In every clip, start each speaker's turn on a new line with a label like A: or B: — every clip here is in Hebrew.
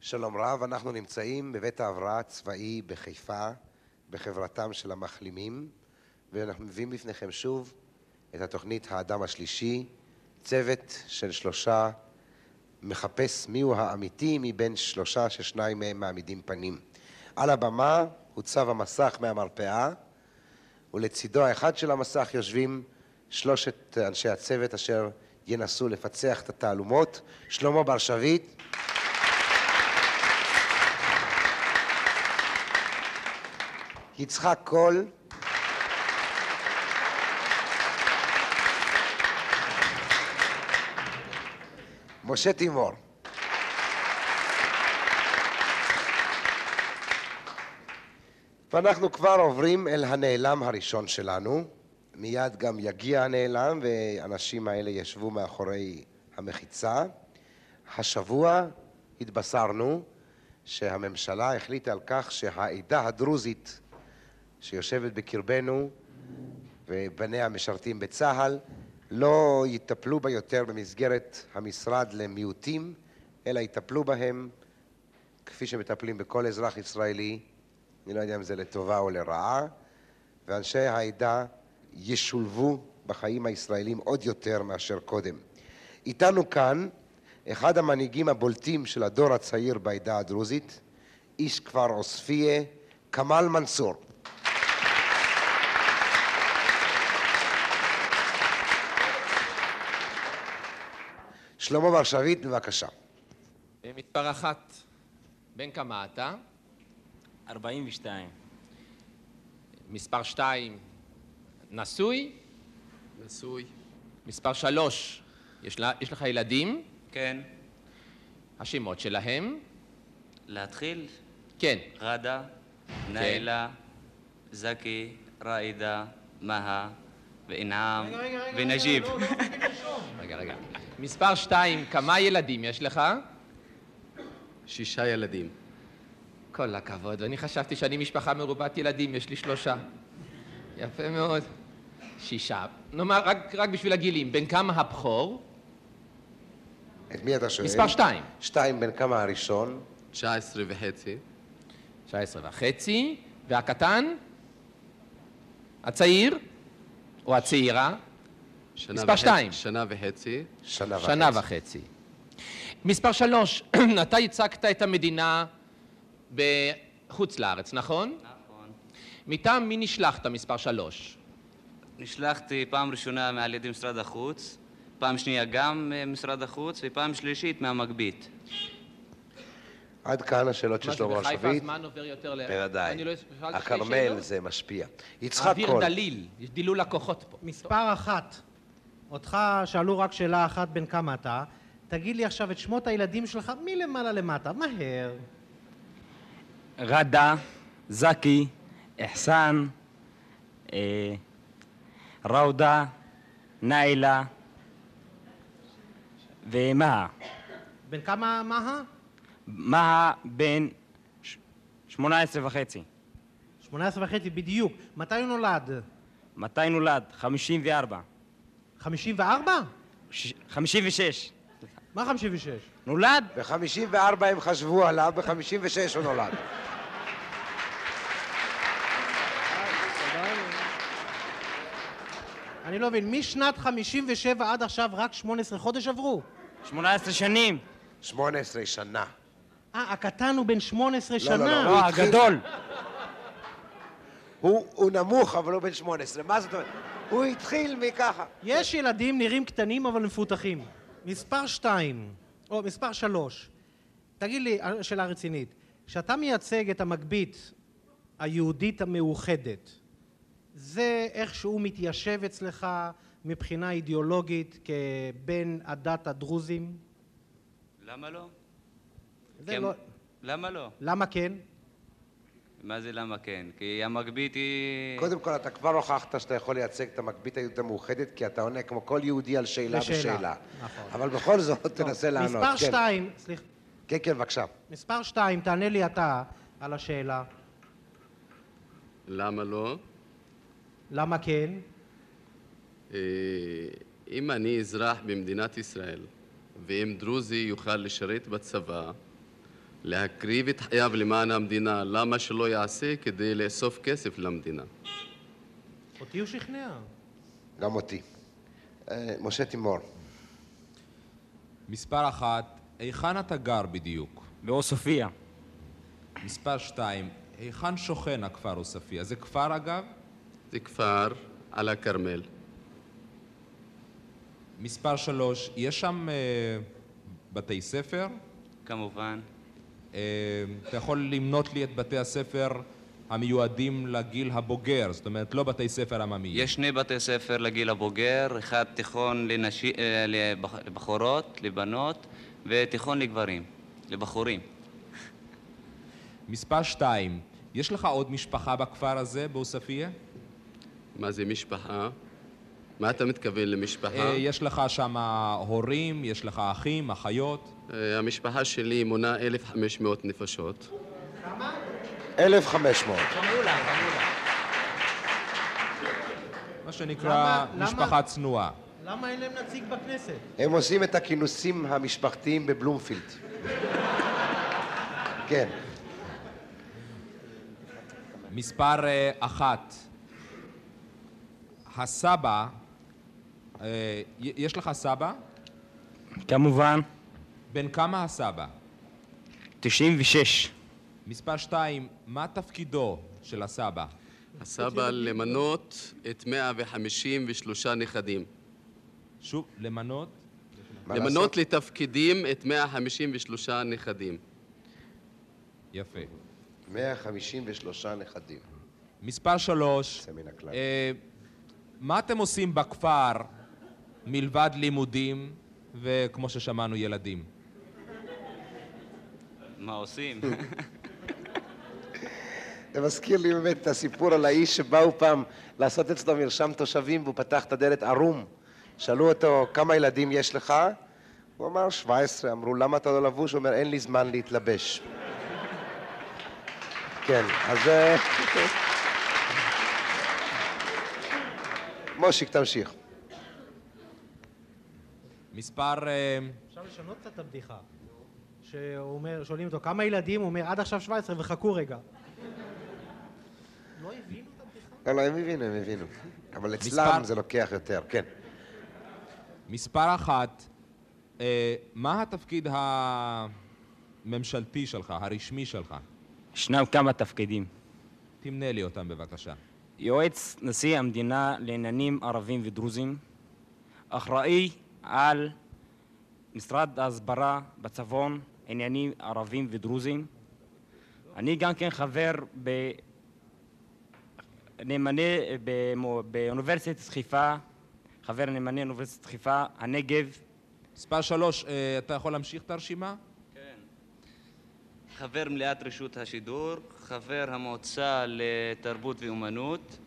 A: שלום רב, אנחנו נמצאים בבית ההבראה הצבאי בחיפה, בחברתם של המחלימים, ואנחנו מביאים בפניכם שוב את התוכנית האדם השלישי, צוות של שלושה מחפש מיהו האמיתי מבין שלושה ששניים מהם מעמידים פנים. על הבמה הוצב המסך מהמרפאה, ולצידו האחד של המסך יושבים שלושת אנשי הצוות אשר ינסו לפצח את התעלומות. שלמה בר שביט, יצחק קול, משה תימור. ואנחנו כבר עוברים אל הנעלם הראשון שלנו. מיד גם יגיע הנעלם, והאנשים האלה ישבו מאחורי המחיצה. השבוע התבשרנו שהממשלה החליטה על כך שהעדה הדרוזית שיושבת בקרבנו ובניה משרתים בצה"ל לא יטפלו בה יותר במסגרת המשרד למיעוטים, אלא יטפלו בהם כפי שמטפלים בכל אזרח ישראלי, אני לא יודע אם זה לטובה או לרעה, ואנשי העדה ישולבו בחיים הישראלים עוד יותר מאשר קודם. איתנו כאן אחד המנהיגים הבולטים של הדור הצעיר בעדה הדרוזית, איש כפר עוספיא, כמאל מנסור. שלמה בר שביט, בבקשה.
B: אה, מספר אחת, בן כמה אתה?
C: 42.
B: מספר שתיים, נשוי?
D: נשוי.
B: מספר שלוש, יש, לה, יש לך ילדים?
C: כן.
B: השמות שלהם?
C: להתחיל?
B: כן.
C: ראדה, נאילה, זקי, ראידה, מהא, ואינעם, ונג'יב.
E: לא,
B: רגע, רגע. מספר שתיים, כמה ילדים יש לך?
D: שישה ילדים.
B: כל הכבוד, ואני חשבתי שאני משפחה מרובת ילדים, יש לי שלושה. יפה מאוד. שישה. נאמר, רק, רק בשביל הגילים, בן כמה הבכור?
A: את מי אתה שואל?
B: מספר שתיים.
A: שתיים, בן כמה הראשון?
D: 19 וחצי.
B: 19 וחצי, והקטן? הצעיר? או הצעירה?
D: שנה
B: מספר
D: וחצי-
B: שתיים.
D: שנה וחצי.
A: שנה וחצי.
B: שנה וחצי. מספר שלוש, אתה ייצגת את המדינה בחוץ לארץ, נכון?
C: נכון.
B: מטעם מי נשלחת מספר שלוש?
C: נשלחתי פעם ראשונה על ידי משרד החוץ, פעם שנייה גם אה, משרד החוץ, ופעם שלישית מהמגבית.
A: עד כאן השאלות של
B: מה זה,
A: שלמה בר
B: בחיפה
A: שביט.
B: הזמן עובר יותר ל... אני לא
A: בוודאי.
B: שאלתי שתי
A: הכרמל
B: שאלות?
A: זה משפיע. יצחק
B: אוויר
A: קול.
B: דליל, יש דילול הכוחות פה.
E: מספר אחת, אותך שאלו רק שאלה אחת בן כמה אתה, תגיד לי עכשיו את שמות הילדים שלך מלמעלה למטה, מהר.
C: ראדה, זקי, אחסן, אה, ראודה, נאילה ומהא.
E: בן כמה מהה?
C: מהא בן ש- 18 וחצי.
E: 18 וחצי בדיוק. מתי הוא נולד?
C: מתי נולד? 54.
E: 54?
C: ש- 56.
E: מה 56?
C: נולד?
A: ב-54 הם חשבו עליו, ב-56 הוא נולד.
E: אני לא מבין, משנת 57 עד עכשיו רק 18 חודש עברו?
C: 18 שנים.
A: 18 שנה.
E: אה, הקטן הוא בן 18
A: לא,
E: שנה.
A: לא, לא,
C: לא,
A: התחיל-
C: הגדול.
A: הוא הוא נמוך, אבל הוא בן 18. מה זאת אומרת? הוא התחיל מככה.
E: יש ילדים נראים קטנים אבל מפותחים. מספר שתיים, או מספר שלוש. תגיד לי, אה, שאלה רצינית, כשאתה מייצג את המגבית היהודית המאוחדת, זה איך שהוא מתיישב אצלך מבחינה אידיאולוגית כבן עדת הדרוזים?
C: למה לא?
E: זה
C: כן.
E: לא...
C: למה לא?
E: למה כן?
C: מה זה למה כן? כי המגבית היא...
A: קודם כל, אתה כבר הוכחת שאתה יכול לייצג את המגבית היהודית המאוחדת, כי אתה עונה כמו כל יהודי על שאלה
E: לשאלה.
A: ושאלה.
E: נכון.
A: אבל בכל זאת, תנסה לענות.
E: מספר
A: כן.
E: שתיים, אה, סליחה,
A: כן, כן, בבקשה.
E: מספר שתיים, תענה לי אתה על השאלה,
D: למה לא?
E: למה כן?
D: אה, אם אני אזרח במדינת ישראל, ואם דרוזי יוכל לשרת בצבא, להקריב את חייו למען המדינה, למה שלא יעשה כדי לאסוף כסף למדינה?
E: אותי הוא שכנע.
A: גם אותי. אה, משה תימור,
F: מספר אחת, היכן אתה גר בדיוק?
G: בעוספיא.
F: מספר שתיים, היכן שוכן הכפר עוספיא? זה כפר אגב?
D: זה כפר על הכרמל.
F: מספר שלוש, יש שם אה, בתי ספר?
C: כמובן.
F: אה, אתה יכול למנות לי את בתי הספר המיועדים לגיל הבוגר, זאת אומרת לא בתי ספר עממיים.
C: יש שני בתי ספר לגיל הבוגר, אחד תיכון לנשי, אה, לבח- לבחורות, לבנות, ותיכון לגברים, לבחורים.
F: מספר שתיים, יש לך עוד משפחה בכפר הזה, בעוספיא?
D: מה זה משפחה? מה אתה מתכוון למשפחה?
F: אה, יש לך שם הורים, יש לך אחים, אחיות?
D: אה, המשפחה שלי מונה 1,500 נפשות.
A: 1,500.
F: מה
B: אה,
F: שנקרא
E: למה- למה-
F: משפחה צנועה.
E: למה אין להם נציג בכנסת?
A: הם עושים את הכינוסים המשפחתיים בבלומפילד. כן.
F: מספר אה, אחת, הסבא, אה, י- יש לך סבא?
G: כמובן,
F: בן כמה הסבא?
G: 96.
F: מספר שתיים, מה תפקידו של הסבא?
D: הסבא למנות את 153 נכדים.
F: שוב, למנות?
A: מה לעשות?
D: למנות לתפקידים את 153 נכדים.
F: יפה.
A: 153 נכדים.
F: מספר שלוש,
A: יוצא מן הכלל.
F: אה, מה אתם עושים בכפר מלבד לימודים וכמו ששמענו ילדים?
C: מה עושים?
A: זה מזכיר לי באמת את הסיפור על האיש שבאו פעם לעשות אצלו מרשם תושבים והוא פתח את הדלת ערום. שאלו אותו, כמה ילדים יש לך? הוא אמר, 17. אמרו, למה אתה לא לבוש? הוא אומר, אין לי זמן להתלבש. כן, אז... אה, מושיק, תמשיך.
F: מספר... אה,
E: אפשר לשנות קצת את הבדיחה. שהוא אומר, שואלים אותו כמה ילדים, הוא אומר עד עכשיו 17 וחכו רגע. לא הבינו את הבדיחה?
A: לא, לא, הם הבינו, הם הבינו. אבל אצלם
F: מספר-
A: זה לוקח יותר, כן.
F: מספר אחת, אה, מה התפקיד הממשלתי שלך, הרשמי שלך?
G: ישנם כמה תפקידים.
F: תמנה לי אותם בבקשה.
G: יועץ נשיא המדינה לעניינים ערבים ודרוזים, אחראי על משרד ההסברה בצפון, עניינים ערבים ודרוזים. אני גם כן חבר ב... נאמני במו- באוניברסיטת חיפה, חבר נאמני אוניברסיטת חיפה, הנגב,
F: מספר שלוש, אה, אתה יכול להמשיך את הרשימה?
C: חבר מליאת רשות השידור, חבר המועצה לתרבות ואומנות,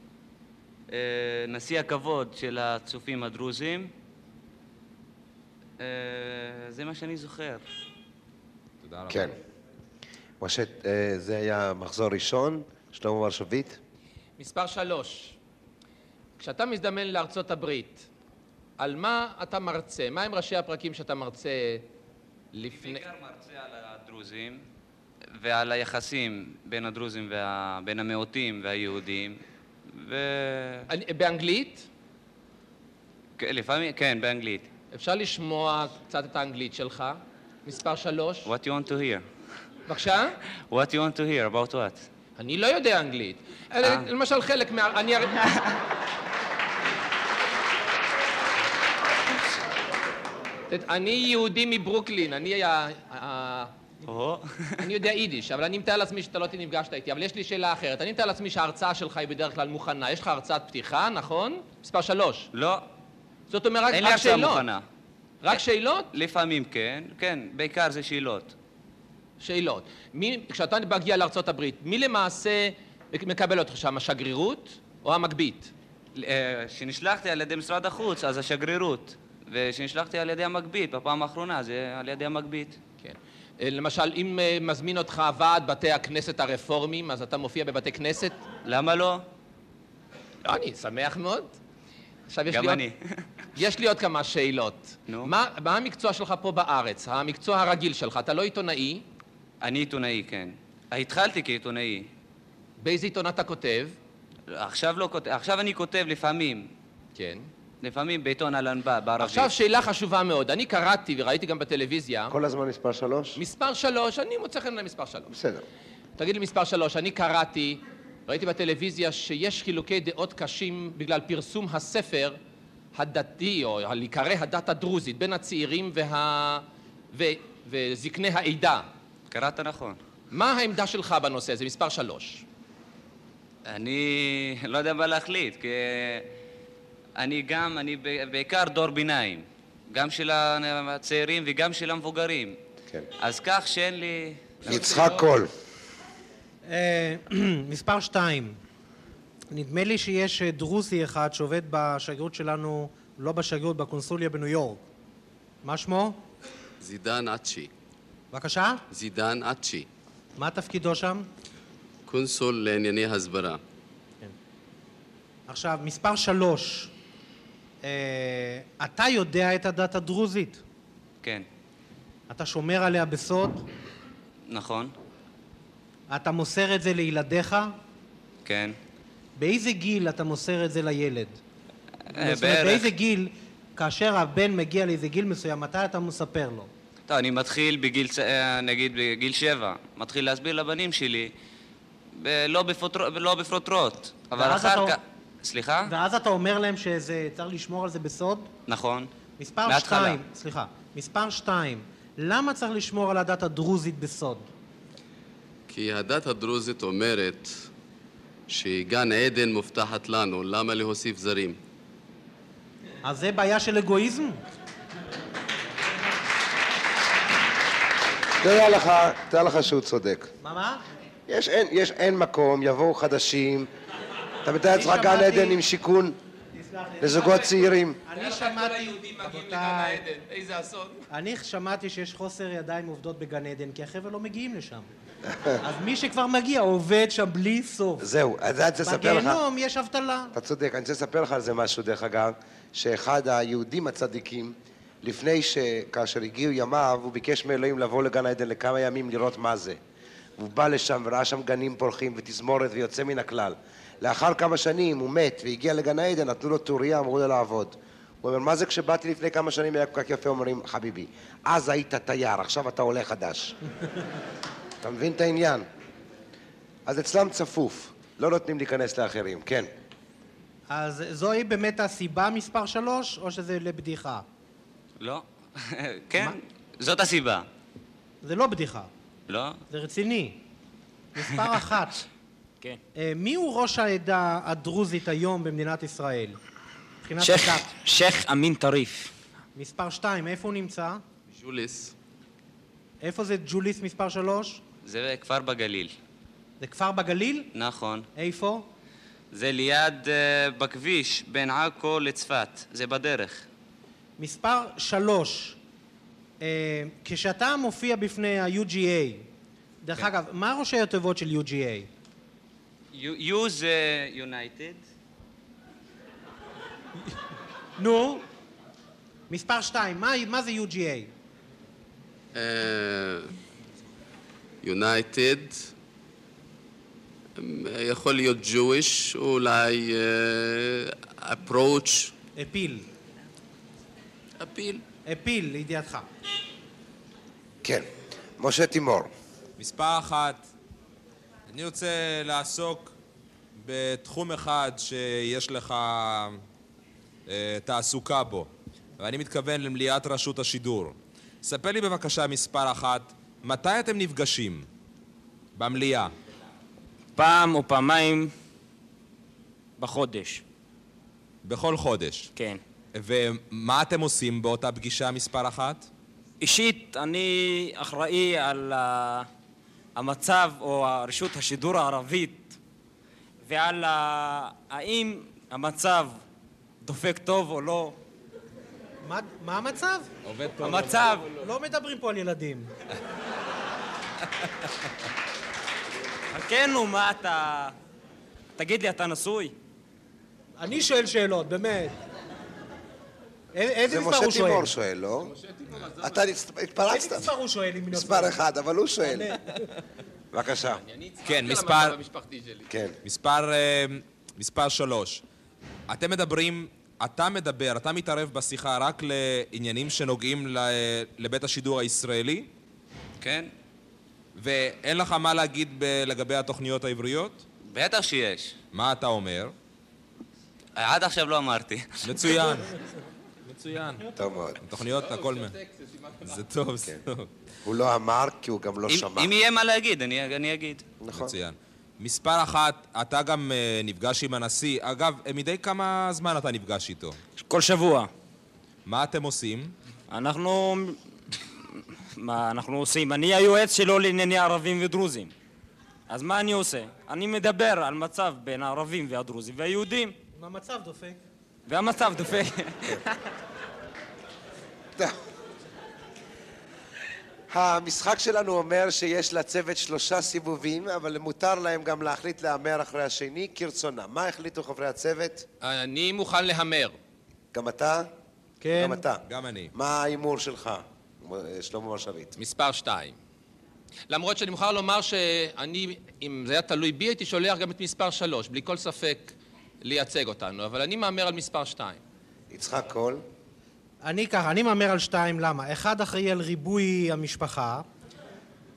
C: אה, נשיא הכבוד של הצופים הדרוזים. אה, זה מה שאני זוכר.
F: תודה רבה.
A: כן. משה, אה, זה היה מחזור ראשון, שלמה מרשביט.
B: מספר שלוש, כשאתה מזדמן לארצות הברית, על מה אתה מרצה? מה הם ראשי הפרקים שאתה מרצה לפני...
C: בעיקר מרצה על הדרוזים ועל היחסים בין הדרוזים, וה... בין המיעוטים והיהודים. ו...
B: אני, באנגלית?
C: כן, לפעמים, כן, באנגלית.
B: אפשר לשמוע קצת את האנגלית שלך? מספר שלוש.
C: What you want to hear?
B: בבקשה?
C: What you want to hear about what?
B: אני לא יודע אנגלית.
C: אה.
B: למשל חלק מה... אני... הרי- את יודעת, אני יהודי מברוקלין, אני ה... ה-
C: או,
B: אני יודע יידיש, אבל אני מתאר לעצמי שאתה לא נפגשת איתי, אבל יש לי שאלה אחרת. אני מתאר לעצמי שההרצאה שלך היא בדרך כלל מוכנה. יש לך הרצאת פתיחה, נכון? מספר שלוש.
C: לא,
B: זאת אומרת, רק
C: אין
B: שאלות.
C: לי הרצאה מוכנה.
B: רק שאלות?
C: לפעמים כן, כן, בעיקר זה שאלות.
B: שאלות. מי, כשאתה מגיע לארה"ב, מי למעשה מקבל אותך שם, השגרירות או המגבית?
C: אה, שנשלחתי על ידי משרד החוץ, אז השגרירות, ושנשלחתי על ידי המגבית, בפעם האחרונה זה על ידי המגבית.
B: כן. אה, למשל, אם אה, מזמין אותך ועד בתי הכנסת הרפורמים, אז אתה מופיע בבתי כנסת?
C: למה לא?
B: לא, אני שמח מאוד. עכשיו יש
C: גם
B: לי עוד...
C: אני.
B: יש לי עוד כמה שאלות.
C: נו.
B: מה, מה המקצוע שלך פה בארץ? המקצוע הרגיל שלך? אתה לא עיתונאי?
C: אני עיתונאי, כן. התחלתי כעיתונאי.
B: באיזה עיתון אתה כותב?
C: עכשיו לא כותב, עכשיו אני כותב לפעמים.
B: כן.
C: לפעמים בעיתון אלנבא, בערבית.
B: עכשיו שאלה חשובה מאוד. אני קראתי וראיתי גם בטלוויזיה,
A: כל הזמן מספר שלוש?
B: מספר שלוש, אני מוצא חן למספר שלוש.
A: בסדר.
B: תגיד לי מספר שלוש, אני קראתי, ראיתי בטלוויזיה שיש חילוקי דעות קשים בגלל פרסום הספר הדתי, או על עיקרי הדת הדרוזית, בין הצעירים וה... ו... וזקני העדה.
C: קראת נכון.
B: מה העמדה שלך בנושא הזה? מספר שלוש.
C: אני לא יודע מה להחליט, כי אני גם, אני ב- בעיקר דור ביניים, גם של הצעירים וגם של המבוגרים.
A: כן.
C: אז כך שאין לי...
A: יצחק קול.
E: אה, מספר שתיים, נדמה לי שיש אה, דרוזי אחד שעובד בשגרירות שלנו, לא בשגרירות, בקונסוליה בניו יורק. מה שמו?
D: זידן עטשי.
E: בבקשה?
D: זידן עטשי,
E: מה תפקידו שם?
D: קונסול לענייני הסברה.
E: עכשיו, מספר שלוש, אה, אתה יודע את הדת הדרוזית.
C: כן,
E: אתה שומר עליה בסוד,
C: נכון,
E: אתה מוסר את זה לילדיך.
C: כן.
E: באיזה גיל אתה מוסר את זה לילד?
C: אה,
E: זאת אומרת,
C: בערך.
E: באיזה גיל, כאשר הבן מגיע לאיזה גיל מסוים, מתי אתה מספר לו?
C: טוב, אני מתחיל בגיל, צ- אה, נגיד בגיל שבע, מתחיל להסביר לבנים שלי, ב- לא, בפוטר... לא בפרוטרוט, אבל
E: ואז
C: אחר
E: אתה-
C: כך... סליחה?
E: ואז אתה אומר להם שצריך לשמור על זה בסוד?
C: נכון.
E: מספר
C: מההתחלה.
E: שתיים, סליחה, מספר שתיים, למה צריך לשמור על הדת הדרוזית בסוד?
D: כי הדת הדרוזית אומרת שגן עדן מובטחת לנו, למה להוסיף זרים?
E: אז זה בעיה של אגואיזם?
A: תדע לך, תדע לך שהוא צודק.
E: מה, מה?
A: יש אין, יש אין מקום, יבואו חדשים. אתה מתאר לעצמך
E: אני
A: גן
E: שמעתי-
A: עדן עם שיכון
E: תסלח לי.
A: לזוגות צעירים.
E: אני שמעתי, רבותיי,
B: איזה אסון.
E: אני שמעתי שיש חוסר ידיים עובדות בגן עדן, כי החבר'ה לא מגיעים לשם. אז מי שכבר מגיע עובד שם בלי סוף.
A: זהו, אז אני רוצה לספר לך.
E: בגיהנום יש אבטלה.
A: אתה צודק, אני רוצה לספר לך על זה משהו, דרך אגב, שאחד היהודים הצדיקים, לפני ש... כאשר הגיעו ימיו, הוא ביקש מאלוהים לבוא לגן עדן לכמה ימים לראות מה זה. הוא בא לשם וראה שם גנים פורחים ותזמורת ויוצא מן הכלל. לאחר כמה שנים הוא מת והגיע לגן העדן, נתנו לו טוריה, אמרו לו לעבוד. הוא אומר, מה זה כשבאתי לפני כמה שנים היה כל כך יפה? אומרים, חביבי, אז היית תייר, עכשיו אתה עולה חדש. אתה מבין את העניין? אז אצלם צפוף, לא נותנים להיכנס לאחרים, כן.
E: אז זוהי באמת הסיבה מספר שלוש, או שזה לבדיחה?
C: לא. כן, זאת הסיבה.
E: זה לא בדיחה,
C: לא?
E: זה רציני. מספר אחת,
G: כן.
E: אה, מי הוא ראש העדה הדרוזית היום במדינת ישראל? מבחינת
G: שייח'
E: הדת.
G: שייח' אמין טריף.
E: מספר שתיים, איפה הוא נמצא?
D: ג'וליס,
E: איפה זה ג'וליס מספר שלוש?
C: זה כפר בגליל.
E: זה כפר בגליל?
C: נכון.
E: איפה?
C: זה ליד, אה, בכביש בין עכו לצפת. זה בדרך.
E: מספר שלוש, אה, כשאתה מופיע בפני ה-UGA, דרך אגב, מה ראשי התיבות של UGA?
C: U זה יונייטד.
E: נו? מספר שתיים, מה, מה זה UGA?
D: Eh, יונייטד, יכול להיות eh, Jewish, אולי אה, approach,
E: אפיל.
D: אפיל.
E: אפיל, לידיעתך.
A: כן, משה תימור.
F: מספר אחת, אני רוצה לעסוק בתחום אחד שיש לך אה, תעסוקה בו, ואני מתכוון למליאת רשות השידור. ספר לי בבקשה מספר אחת, מתי אתם נפגשים? במליאה.
G: פעם או פעמיים בחודש,
F: בכל חודש.
G: כן.
F: ומה אתם עושים באותה פגישה מספר אחת?
G: אישית, אני אחראי על ה- המצב או רשות השידור הערבית ועל ה- האם המצב דופק טוב או לא.
E: מה, מה המצב?
F: עובד פה.
G: המצב,
E: לא מדברים פה על ילדים.
G: כן, נו, מה אתה... תגיד לי, אתה נשוי?
E: אני שואל שאלות, באמת. איזה איזה
H: זה
E: מספר הוא
H: משה
E: שואל?
H: תימור שואל, לא? אתה נצ- התפרצת.
E: איזה מספר הוא שואל אם נוסף?
H: מספר אחד, אבל הוא שואל. בבקשה,
F: כן, מספר...
H: כן.
F: מספר, אה, מספר שלוש. אתם מדברים, אתה מדבר, אתה מתערב בשיחה רק לעניינים שנוגעים ל, לבית השידור הישראלי,
C: כן?
F: ואין לך מה להגיד ב, לגבי התוכניות העבריות?
C: בטח שיש.
F: מה אתה אומר?
C: עד עכשיו לא אמרתי.
F: מצוין. מצוין.
H: טוב מאוד.
F: תוכניות, הכל מה... זה טוב, זה טוב.
A: כן. הוא לא אמר כי הוא גם לא
C: אם-
A: שמע.
C: אם יהיה מה להגיד, אני אני אגיד.
A: נכון.
F: מצוין. מספר אחת, אתה גם אה, נפגש עם הנשיא. אגב, אה, מדי כמה זמן אתה נפגש איתו?
G: כל שבוע.
F: מה אתם עושים?
G: אנחנו... מה אנחנו עושים? אני היועץ שלו לענייני ערבים ודרוזים. אז מה אני עושה? אני מדבר על מצב בין הערבים והדרוזים והיהודים,
E: המצב דופק.
G: והמצב דופק.
A: המשחק שלנו אומר שיש לצוות שלושה סיבובים, אבל מותר להם גם להחליט להמר אחרי השני כרצונם. מה החליטו חברי הצוות?
B: אני מוכן להמר.
A: גם אתה?
E: כן.
A: גם אתה.
F: גם אני.
A: מה ההימור שלך, אה, שלמה מרשבית?
B: מספר שתיים. למרות שאני מוכרח לומר שאני, אם זה היה תלוי בי, הייתי שולח גם את מספר שלוש, בלי כל ספק לייצג אותנו, אבל אני מהמר על מספר שתיים.
A: יצחק קול?
E: אני ככה, אני מהמר על שתיים, למה? אחד אחראי על ריבוי המשפחה,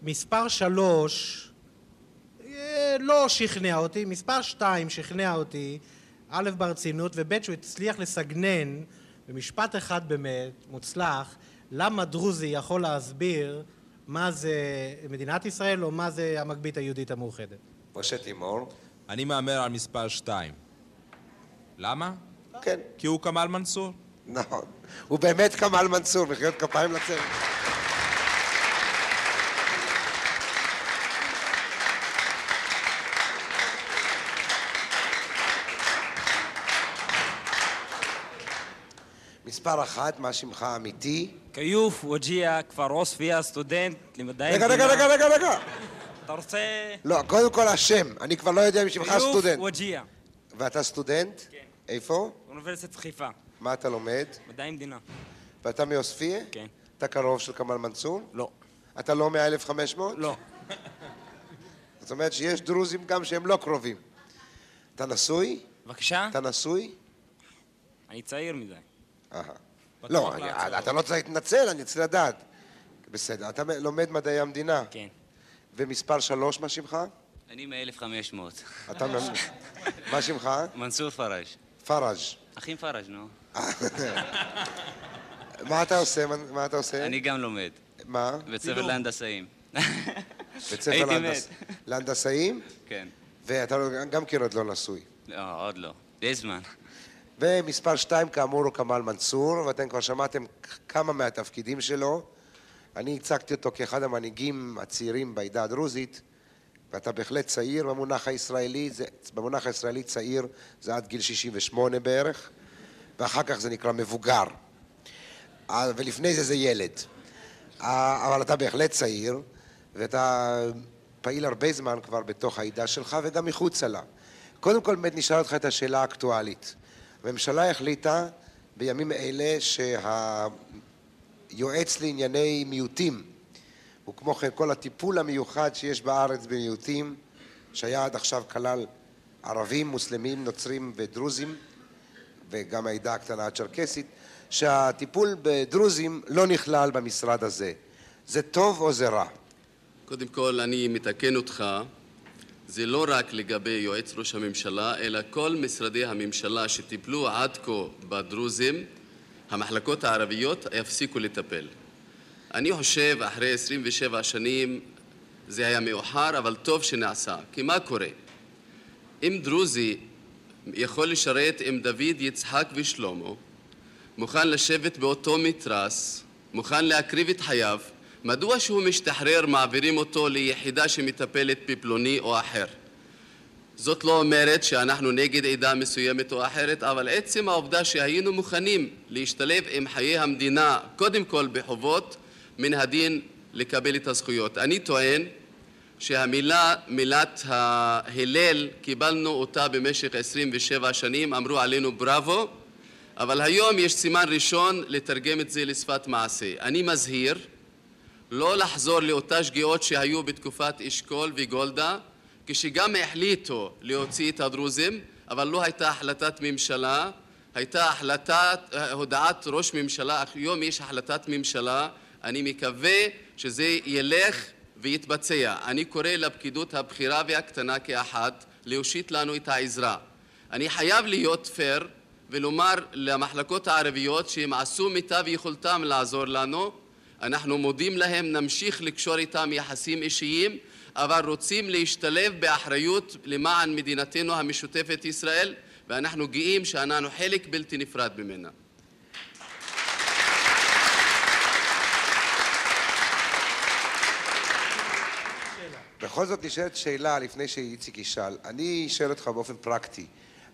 E: מספר שלוש אה, לא שכנע אותי, מספר שתיים שכנע אותי, א' ברצינות, וב' שהוא הצליח לסגנן במשפט אחד באמת, מוצלח, למה דרוזי יכול להסביר מה זה מדינת ישראל או מה זה המגבית היהודית המאוחדת.
A: משה תימור?
F: אני מהמר על מספר 2. למה?
A: כן,
F: כי הוא כמאל מנסור.
A: נכון. הוא באמת כמאל מנסור, מחיאות כפיים לצוות. מספר אחת, מה שמך האמיתי?
G: כיוף וג'יה, כפר עוספיא, סטודנט למדעי...
A: רגע, רגע,
G: המדינה.
A: רגע, רגע, רגע.
G: אתה רוצה...
A: לא, קודם כל השם, אני כבר לא יודע אם שמך סטודנט.
G: כיוף וג'יה,
A: ואתה סטודנט?
G: כן.
A: איפה?
G: אוניברסיטת חיפה,
A: מה אתה לומד?
G: מדעי המדינה.
A: ואתה מעוספיא?
G: כן.
A: אתה קרוב של כמאל מנסור?
G: לא.
A: אתה לא מ-1500?
G: לא.
A: זאת אומרת שיש דרוזים גם שהם לא קרובים. אתה נשוי?
G: בבקשה?
A: אתה נשוי?
G: אני צעיר מדי.
A: אהה. לא, אני- אתה לא צריך להתנצל, אני צריך לדעת. בסדר, אתה מ- לומד מדעי המדינה.
G: כן.
A: ומספר שלוש, מה שמך?
C: אני מ-1500.
A: אתה מ... מה שמך?
C: מנסור פראז'.
A: פראז'.
C: אחים פראז', נו.
A: כאילו- מה אתה עושה? מה- מה אתה עושה?
C: אני גם לומד.
A: מה?
C: בית ספר להנדסאים.
A: בית ספר
C: הייתי
A: להנדס- להנדסאים?
C: כן.
A: ואתה גם כן עוד לא נשוי.
C: לא, עוד לא. יש זמן.
A: ומספר שתיים, כאמור, הוא כמאל מנסור, ואתם כבר שמעתם כמה מהתפקידים שלו. אני הצגתי אותו כאחד המנהיגים הצעירים בעדה הדרוזית, ואתה בהחלט צעיר במונח הישראלי, זה, במונח הישראלי צעיר זה עד גיל 68 בערך, ואחר כך זה נקרא מבוגר. אה, ולפני זה זה ילד. אה, אבל אתה בהחלט צעיר, ואתה פעיל הרבה זמן כבר בתוך העידה שלך וגם מחוצה לה. קודם כל באמת נשאל אותך את השאלה האקטואלית. הממשלה החליטה בימים אלה שהיועץ לענייני מיעוטים, וכמו כן כל הטיפול המיוחד שיש בארץ במיעוטים, שהיה עד עכשיו כלל ערבים, מוסלמים, נוצרים ודרוזים, וגם העדה הקטנה הצ'רקסית, שהטיפול בדרוזים לא נכלל במשרד הזה. זה טוב או זה רע?
D: קודם כל, אני מתקן אותך. זה לא רק לגבי יועץ ראש הממשלה, אלא כל משרדי הממשלה שטיפלו עד כה בדרוזים, המחלקות הערביות יפסיקו לטפל. אני חושב, אחרי 27 שנים זה היה מאוחר, אבל טוב שנעשה. כי מה קורה? אם דרוזי יכול לשרת עם דוד, יצחק ושלמה, מוכן לשבת באותו מתרס, מוכן להקריב את חייו, מדוע שהוא משתחרר מעבירים אותו ליחידה שמטפלת בפלוני או אחר? זאת לא אומרת שאנחנו נגד עדה מסוימת או אחרת, אבל עצם העובדה שהיינו מוכנים להשתלב עם חיי המדינה, קודם כל בחובות, מן הדין לקבל את הזכויות. אני טוען שהמילה, מילת ההלל, קיבלנו אותה במשך 27 שנים, אמרו עלינו בראבו, אבל היום יש סימן ראשון לתרגם את זה לשפת מעשה. אני מזהיר לא לחזור לאותן שגיאות שהיו בתקופת אשכול וגולדה, כשגם החליטו להוציא את הדרוזים, אבל לא הייתה החלטת ממשלה, הייתה החלטת, אה, הודעת ראש ממשלה, היום יש החלטת ממשלה, אני מקווה שזה ילך ויתבצע. אני קורא לפקידות הבכירה והקטנה כאחת להושיט לנו את העזרה. אני חייב להיות פייר ולומר למחלקות הערביות שהם עשו מיטב יכולתם לעזור לנו, אנחנו מודים להם, נמשיך לקשור איתם יחסים אישיים, אבל רוצים להשתלב באחריות למען מדינתנו המשותפת ישראל, ואנחנו גאים שאנחנו חלק בלתי נפרד ממנה.
A: בכל זאת נשאלת שאלה לפני שאיציק ישאל. אני אשאל אותך באופן פרקטי.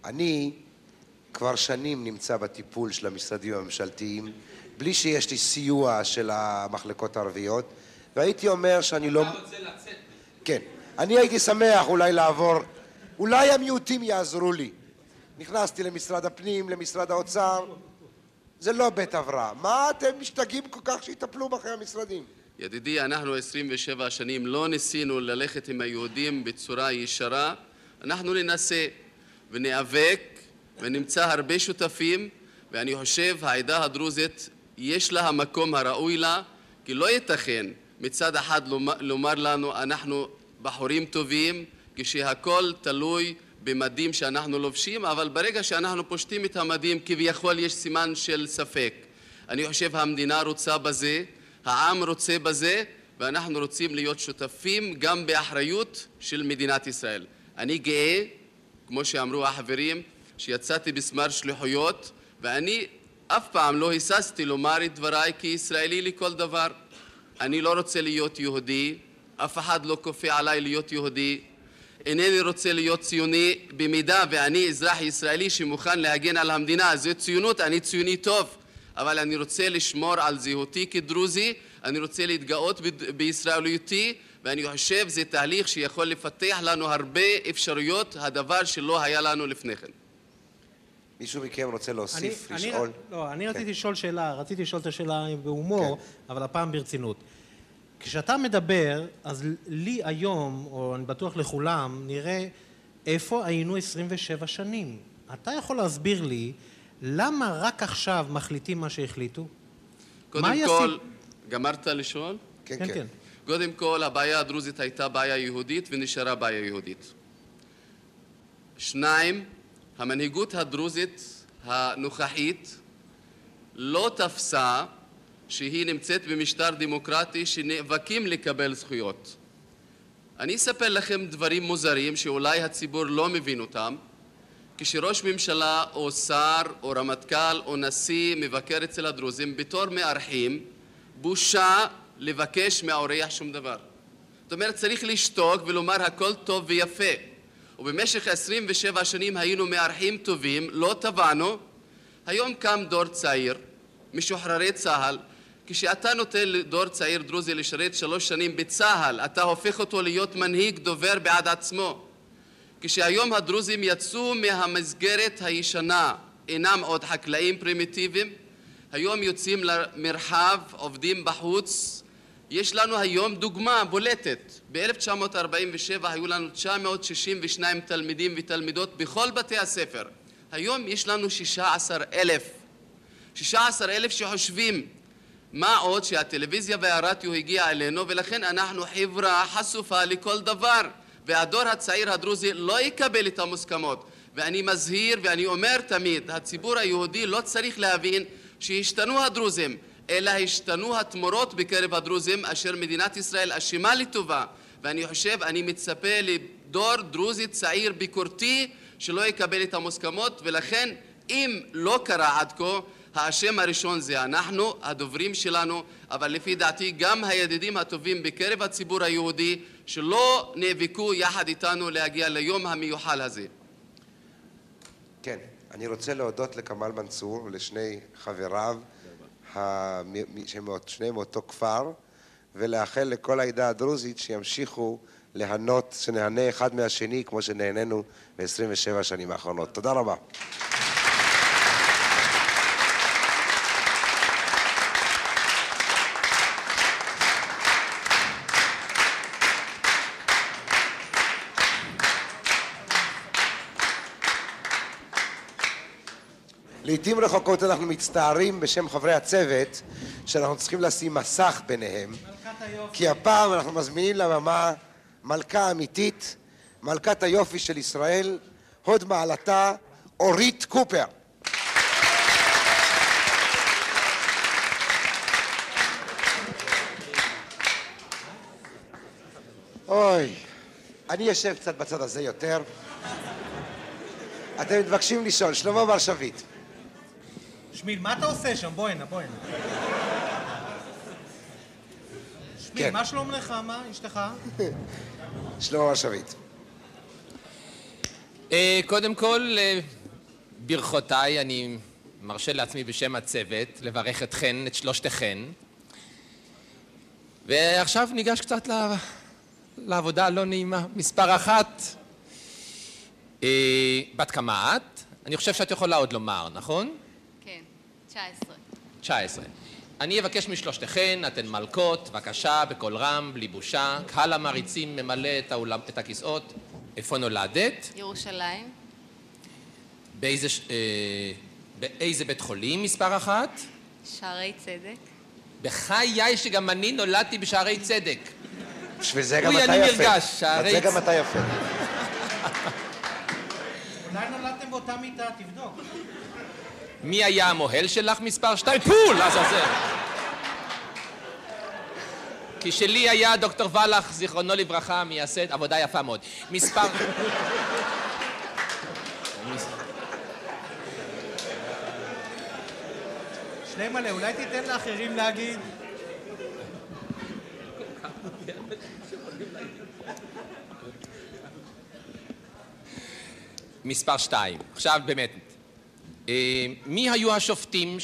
A: אני כבר שנים נמצא בטיפול של המשרדים הממשלתיים, בלי שיש לי סיוע של המחלקות הערביות, והייתי אומר שאני לא...
B: רוצה לצאת.
A: כן. אני הייתי שמח אולי לעבור, אולי המיעוטים יעזרו לי. נכנסתי למשרד הפנים, למשרד האוצר, זה לא בית הבראה. מה אתם משתגעים כל כך שיטפלו בכם המשרדים?
D: ידידי, אנחנו 27 שנים לא ניסינו ללכת עם היהודים בצורה ישרה. אנחנו ננסה וניאבק ונמצא הרבה שותפים, ואני חושב העדה הדרוזית יש לה המקום הראוי לה, כי לא ייתכן מצד אחד לומר- לומר לנו אנחנו בחורים טובים, כשהכול תלוי במדים שאנחנו לובשים, אבל ברגע שאנחנו פושטים את המדים כביכול יש סימן של ספק. אני חושב המדינה רוצה בזה, העם רוצה בזה, ואנחנו רוצים להיות שותפים גם באחריות של מדינת ישראל. אני גאה, כמו שאמרו החברים, שיצאתי בסמר שליחויות, ואני אף פעם לא היססתי לומר את דבריי כישראלי לכל דבר. אני לא רוצה להיות יהודי, אף אחד לא כופה עליי להיות יהודי. אינני רוצה להיות ציוני במידה ואני אזרח ישראלי שמוכן להגן על המדינה. זו ציונות, אני ציוני טוב, אבל אני רוצה לשמור על זהותי כדרוזי, אני רוצה להתגאות בד- בישראליותי, ואני חושב זה תהליך שיכול לפתח לנו הרבה אפשרויות, הדבר שלא היה לנו לפני כן.
A: מישהו מכם רוצה להוסיף,
E: אני-
A: לשאול? כן.
E: אני, לא, אני רציתי לשאול שאלה, רציתי לשאול את השאלה בהומור, אבל הפעם ברצינות. כשאתה מדבר, אז לי היום, או אני בטוח לכולם, נראה איפה היינו 27 שנים. אתה יכול להסביר לי למה רק עכשיו מחליטים מה שהחליטו?
D: קודם
E: יעשי-
D: כל, גמרת לשאול?
A: כן, כן.
D: קודם כל, הבעיה הדרוזית הייתה בעיה יהודית ונשארה בעיה יהודית. שניים, המנהיגות הדרוזית הנוכחית לא תפסה שהיא נמצאת במשטר דמוקרטי שנאבקים לקבל זכויות. אני אספר לכם דברים מוזרים שאולי הציבור לא מבין אותם. כשראש ממשלה או שר או רמטכ"ל או נשיא מבקר אצל הדרוזים בתור מארחים, בושה לבקש מהאורח שום דבר. זאת אומרת, צריך לשתוק ולומר הכל טוב ויפה. ובמשך 27 שנים היינו מארחים טובים, לא טבענו. היום קם דור צעיר, משוחררי צה"ל. כשאתה נותן לדור צעיר דרוזי לשרת שלוש שנים בצה"ל, אתה הופך אותו להיות מנהיג דובר בעד עצמו. כשהיום הדרוזים יצאו מהמסגרת הישנה, אינם עוד חקלאים פרימיטיביים, היום יוצאים למרחב, עובדים בחוץ. יש לנו היום דוגמה בולטת. ב-1947 היו לנו 962 תלמידים ותלמידות בכל בתי הספר. היום יש לנו 16,000. 16,000 שחושבים מה עוד שהטלוויזיה והרדיו הגיע אלינו ולכן אנחנו חברה חשופה לכל דבר והדור הצעיר הדרוזי לא יקבל את המוסכמות ואני מזהיר ואני אומר תמיד הציבור היהודי לא צריך להבין שהשתנו הדרוזים אלא השתנו התמורות בקרב הדרוזים אשר מדינת ישראל אשמה לטובה ואני חושב אני מצפה לדור דרוזי צעיר ביקורתי שלא יקבל את המוסכמות ולכן אם לא קרה עד כה, האשם הראשון זה אנחנו, הדוברים שלנו, אבל לפי דעתי גם הידידים הטובים בקרב הציבור היהודי שלא נאבקו יחד איתנו להגיע ליום המיוחל הזה.
A: כן, אני רוצה להודות לכמאל מנצור ולשני חבריו, המ- מ- שהם מאות- שניהם מאותו כפר, ולאחל לכל העדה הדרוזית שימשיכו ליהנות, שנהנה אחד מהשני כמו שנהנינו ב-27 השנים האחרונות. תודה רבה. לעתים רחוקות אנחנו מצטערים בשם חברי הצוות שאנחנו צריכים לשים מסך ביניהם כי הפעם אנחנו מזמינים לבמה מלכה אמיתית, מלכת היופי של ישראל, הוד מעלתה, אורית קופר. אוי, אני יושב קצת בצד הזה יותר. אתם מתבקשים לשאול, שלמה בר שביט.
E: שמיל, מה אתה עושה שם? בוא הנה, בוא הנה. שמיל,
A: כן.
E: מה שלום לך? מה אשתך?
A: שלמה בר שביט.
B: אה, קודם כל, אה, ברכותיי, אני מרשה לעצמי בשם הצוות לברך אתכן, את שלושתכן. ועכשיו ניגש קצת ל... לעבודה הלא נעימה. מספר אחת, אה, בת כמה את? אני חושב שאת יכולה עוד לומר, נכון?
I: כן, 19.
B: 19. אני אבקש משלושתכן, אתן מלקות, בבקשה, בקול רם, בלי בושה. קהל המעריצים ממלא את, האולם, את הכיסאות. איפה נולדת?
I: ירושלים,
B: באיזה, ש- אה, באיזה בית חולים מספר אחת?
I: שערי צדק.
B: בחיי שגם אני נולדתי בשערי צדק.
A: בשביל זה גם
B: אוי,
A: אתה
B: אני
A: יפה.
B: נרגש,
A: בשביל זה
B: שערי-
A: גם אתה יפה.
E: אולי נולדתם באותה מיטה, תבדוק.
B: מי היה המוהל שלך מספר שתיים? פול! עזאזל. כי שלי היה דוקטור ולך, זיכרונו לברכה, מייסד עבודה יפה מאוד. מספר...
E: שלם מלא, אולי תיתן לאחרים להגיד?
B: מספר שתיים. עכשיו באמת, אה, מי היו השופטים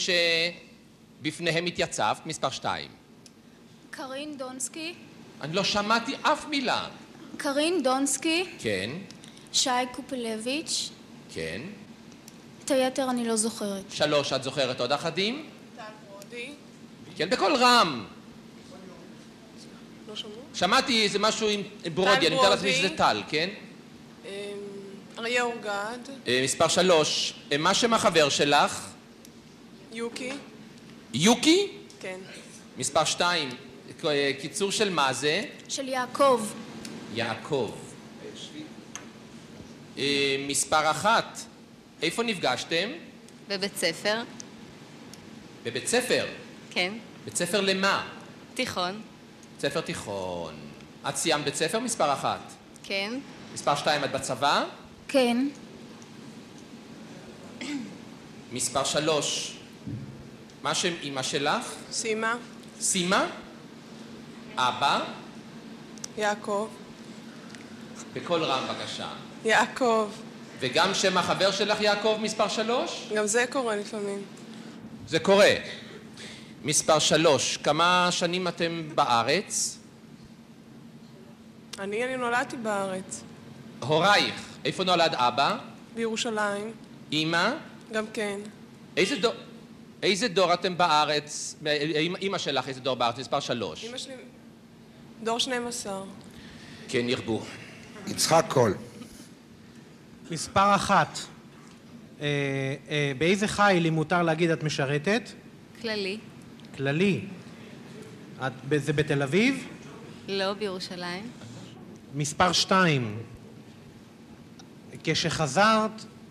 B: שבפניהם התייצבת? מספר שתיים.
J: קרין דונסקי,
B: אני לא שמעתי אף מילה.
J: קרין דונסקי,
B: כן,
J: שי קופלביץ',
B: כן.
J: את היתר אני לא זוכרת.
B: שלוש, את זוכרת עוד אחדים? כן, בקול רם. שמעתי איזה משהו עם ברודי, אני מתאר לעצמי
K: לא ברודי.
B: שזה טל, כן?
K: אריה אורגד,
B: אה, מספר שלוש, אה, מה שם החבר שלך?
K: יוקי,
B: יוקי?
K: כן.
B: מספר שתיים, אה, קיצור של מה זה?
J: של יעקב,
B: יעקב. אה, מספר אחת, איפה נפגשתם?
I: בבית ספר,
B: בבית ספר.
I: כן.
B: בית ספר למה?
I: תיכון,
B: בית ספר תיכון. את סיימת בית ספר מספר אחת.
I: כן.
B: מספר שתיים, את בצבא?
J: כן,
B: מספר שלוש, מה שם אימא שלך?
K: סימה,
B: סימה? אבא?
K: יעקב,
B: בקול רם בבקשה.
K: יעקב,
B: וגם שם החבר שלך יעקב מספר שלוש?
K: גם זה קורה לפעמים.
B: זה קורה. מספר שלוש, כמה שנים אתם בארץ?
K: אני, אני נולדתי בארץ,
B: הורייך, איפה נולד אבא?
K: בירושלים,
B: אימא?
K: גם כן.
B: איזה דור... איזה דור אתם בארץ? אימא- אימא שלך, איזה דור בארץ? מספר שלוש.
K: אמא שלי, דור 12.
B: כן, ירבו.
A: יצחק קול.
E: מספר אחת, אה, אה, באיזה חיל, אם מותר להגיד, את משרתת?
I: כללי,
E: כללי. את- ב- זה בתל אביב?
I: לא בירושלים.
E: מספר שתיים, כשחזרת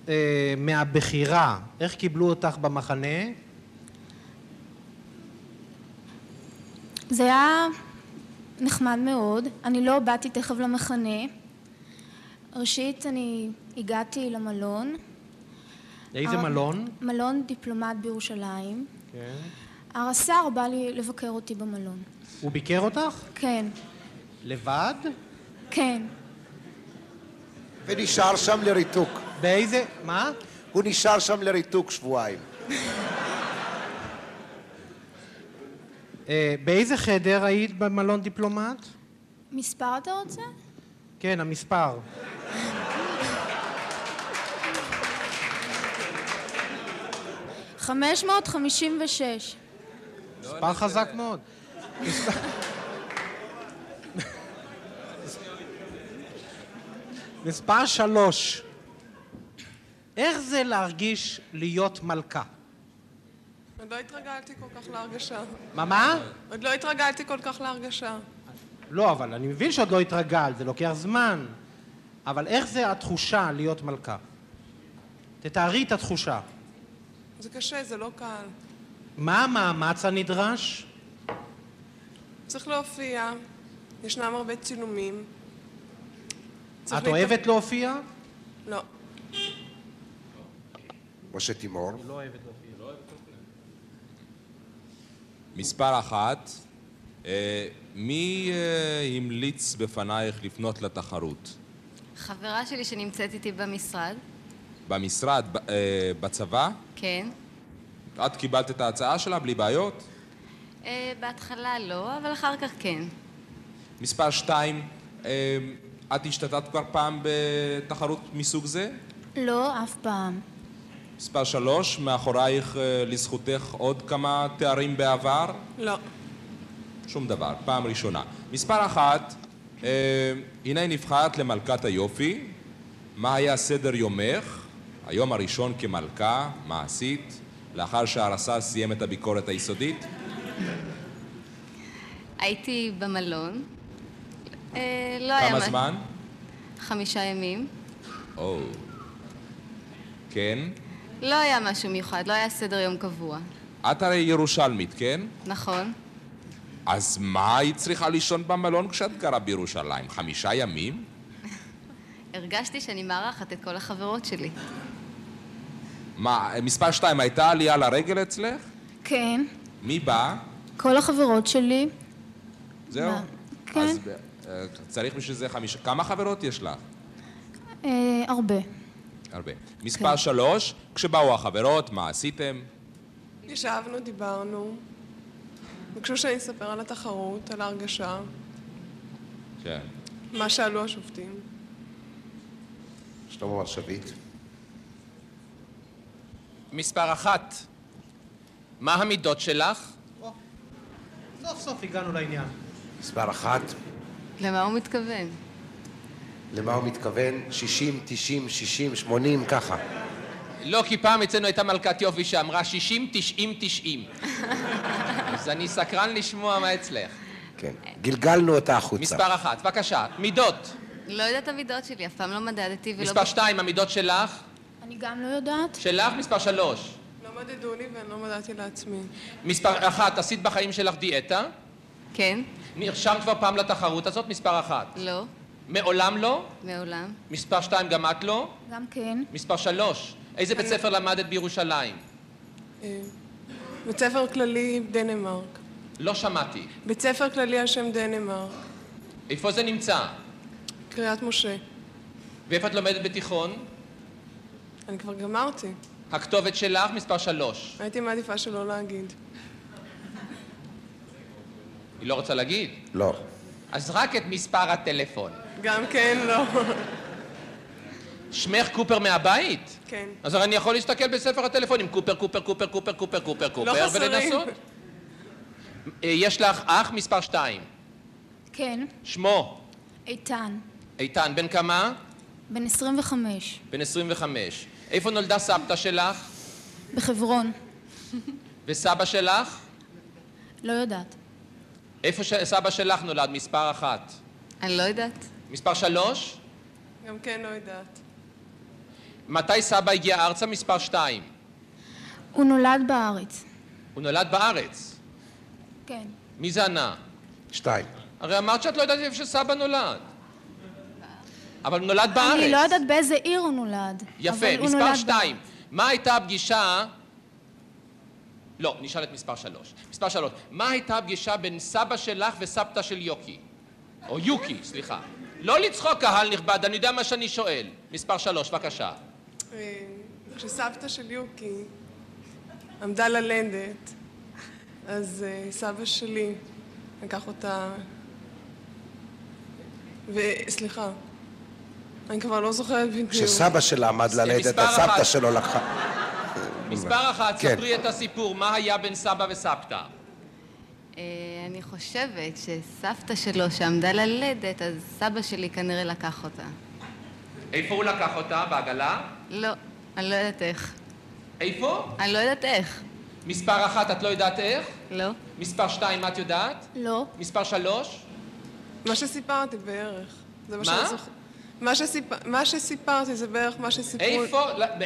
E: אה, מהבחירה, איך קיבלו אותך במחנה?
J: זה היה נחמד מאוד. אני לא באתי תכף למחנה. ראשית, אני הגעתי למלון.
E: לאיזה
J: אה,
E: מלון?
J: מלון דיפלומט בירושלים.
E: כן.
J: הרס"ר בא לי לבקר אותי במלון.
E: הוא ביקר אותך?
J: כן,
E: לבד?
J: כן.
A: ונשאר שם לריתוק.
E: באיזה... מה?
A: הוא נשאר שם לריתוק שבועיים.
E: אה, באיזה חדר היית במלון דיפלומט?
J: מספר אתה רוצה?
E: כן, המספר.
J: חמש מאות חמישים ושש.
E: מספר חזק מאוד. מספר שלוש. איך זה להרגיש להיות מלכה?
K: עוד לא התרגלתי כל כך להרגשה.
E: מה, מה?
K: עוד לא התרגלתי כל כך להרגשה.
E: לא, אבל אני מבין שעוד לא התרגלת, זה לוקח זמן. אבל איך זה התחושה להיות מלכה? תתארי את התחושה.
K: זה קשה, זה לא קל.
E: מה המאמץ הנדרש?
K: צריך להופיע, ישנם הרבה צילומים. צריך
E: את
K: להתאפ-
E: אוהבת להופיע?
K: לא.
A: משה תימור.
E: לא אוהבת להופיע.
F: מספר אחת, אה, מי אה, המליץ בפנייך לפנות לתחרות?
I: חברה שלי שנמצאת איתי במשרד,
F: במשרד, ב- אה, בצבא?
I: כן.
F: את קיבלת את ההצעה שלה בלי בעיות?
I: אה, בהתחלה לא, אבל אחר כך כן.
F: מספר שתיים, אה, את השתתפת כבר פעם בתחרות מסוג זה?
J: לא, אף פעם.
F: מספר שלוש, מאחורייך, אה, לזכותך עוד כמה תארים בעבר?
K: לא.
F: שום דבר, פעם ראשונה. מספר אחת, אה, הנה נבחרת למלכת היופי. מה היה סדר יומך? היום הראשון כמלכה, מה עשית? לאחר שהרסה סיים את הביקורת היסודית?
I: הייתי במלון. אה, לא היה...
F: כמה
I: מה-
F: זמן?
I: חמישה ימים.
F: או. כן?
I: לא היה משהו מיוחד, לא היה סדר יום קבוע.
F: את הרי ירושלמית, כן?
I: נכון.
F: אז מה היית צריכה לישון במלון כשאת גרה בירושלים? חמישה ימים?
I: הרגשתי שאני מארחת את כל החברות שלי.
F: מה, מספר שתיים, הייתה עלייה לרגל אצלך?
J: כן.
F: מי בא?
J: כל החברות שלי,
F: זהו?
J: מה? כן.
F: אז אה, צריך בשביל זה חמישה... כמה חברות יש לך?
J: אה, הרבה.
F: הרבה.
J: כן.
F: מספר שלוש, כשבאו החברות, מה עשיתם?
K: ישבנו, דיברנו. ביקשו שאני אספר על התחרות, על ההרגשה,
F: כן.
K: מה שאלו השופטים.
A: שלמה מרשבית.
B: מספר אחת, מה המידות שלך?
E: סוף סוף הגענו לעניין.
A: מספר אחת,
I: למה הוא מתכוון?
A: למה הוא מתכוון? 60, 90, 60, 80, ככה.
B: לא, כי פעם אצלנו הייתה מלכת יופי שאמרה 60, 90, 90. אז אני סקרן לשמוע מה אצלך.
A: כן. גלגלנו אותה החוצה.
B: מספר אחת, בבקשה. מידות.
I: לא יודעת המידות שלי, אף פעם לא מדדתי ולא...
B: מספר שתיים, המידות שלך.
J: אני גם לא יודעת.
B: שלך, מספר שלוש.
K: לא מדדו לי ואני לא מדדתי לעצמי.
B: מספר אחת, עשית בחיים שלך דיאטה?
I: כן.
B: נרשמת כבר פעם לתחרות הזאת? מספר אחת.
I: לא,
B: מעולם לא?
I: מעולם.
B: מספר שתיים, גם את לא?
J: גם כן.
B: מספר שלוש. איזה בית ספר למדת בירושלים?
K: אה, בית ספר כללי דנמרק.
B: לא שמעתי.
K: בית ספר כללי על שם דנמרק.
B: איפה זה נמצא?
K: קריאת משה.
B: ואיפה את לומדת בתיכון?
K: אני כבר גמרתי.
B: הכתובת שלך, מספר שלוש.
K: הייתי מעדיפה שלא להגיד.
B: היא לא רוצה להגיד?
A: לא.
B: אז רק את מספר הטלפון.
K: גם כן לא.
B: שמך קופר מהבית?
K: כן.
B: אז הרי אני יכול להסתכל בספר הטלפונים, קופר, קופר, קופר, קופר, קופר, קופר, קופר,
K: לא חסרים.
B: ולנסות. אה, יש לך אח מספר שתיים.
J: כן.
B: שמו
J: איתן,
B: איתן, בן כמה?
J: בן 25,
B: בן 25. איפה נולדה סבתא שלך?
J: בחברון.
B: וסבא שלך?
J: לא יודעת.
B: איפה שסבא שלך נולד? מספר אחת.
I: אני לא יודעת.
B: מספר שלוש?
K: גם כן לא יודעת.
B: מתי סבא הגיע ארצה? מספר שתיים.
J: הוא נולד בארץ.
B: הוא נולד בארץ.
J: כן.
B: מי זה ענה?
A: שתיים.
B: הרי אמרת שאת לא יודעת איפה שסבא נולד. אבל הוא נולד בארץ.
J: אני לא יודעת באיזה עיר הוא נולד. אבל
B: יפה,
J: הוא
B: מספר
J: נולד
B: שתיים. מה הייתה הפגישה... לא, נשאל את מספר שלוש. מספר שלוש. מה הייתה הפגישה בין סבא שלך וסבתא של יוקי? או יוקי, סליחה. לא לצחוק, קהל נכבד, אני יודע מה שאני שואל. מספר שלוש, בבקשה.
K: אה, כשסבתא של יוקי עמדה ללדת, אז אה, סבא שלי לקח אותה... ו... סליחה, אני כבר לא זוכרת בדיוק.
A: כשסבא שלה עמד ללדת,
B: אה, מספר
A: הסבתא
B: אחת.
A: שלו לקחה.
B: מספר אחת,
A: כן.
B: ספרי את הסיפור, מה היה בין סבא וסבתא?
I: אה, אני חושבת שסבתא שלו שעמדה ללדת, אז סבא שלי כנראה לקח אותה.
B: איפה הוא לקח אותה? בעגלה?
I: לא, אני לא יודעת איך.
B: איפה?
I: אני לא יודעת איך.
B: מספר אחת את לא יודעת איך?
I: לא.
B: מספר שתיים את יודעת?
J: לא.
B: מספר שלוש?
K: מה שסיפרתי בערך. זה
B: מה?
K: מה שאני זוכרת. מה, שסיפ... מה שסיפרתי זה בערך מה שסיפרו...
B: איפה,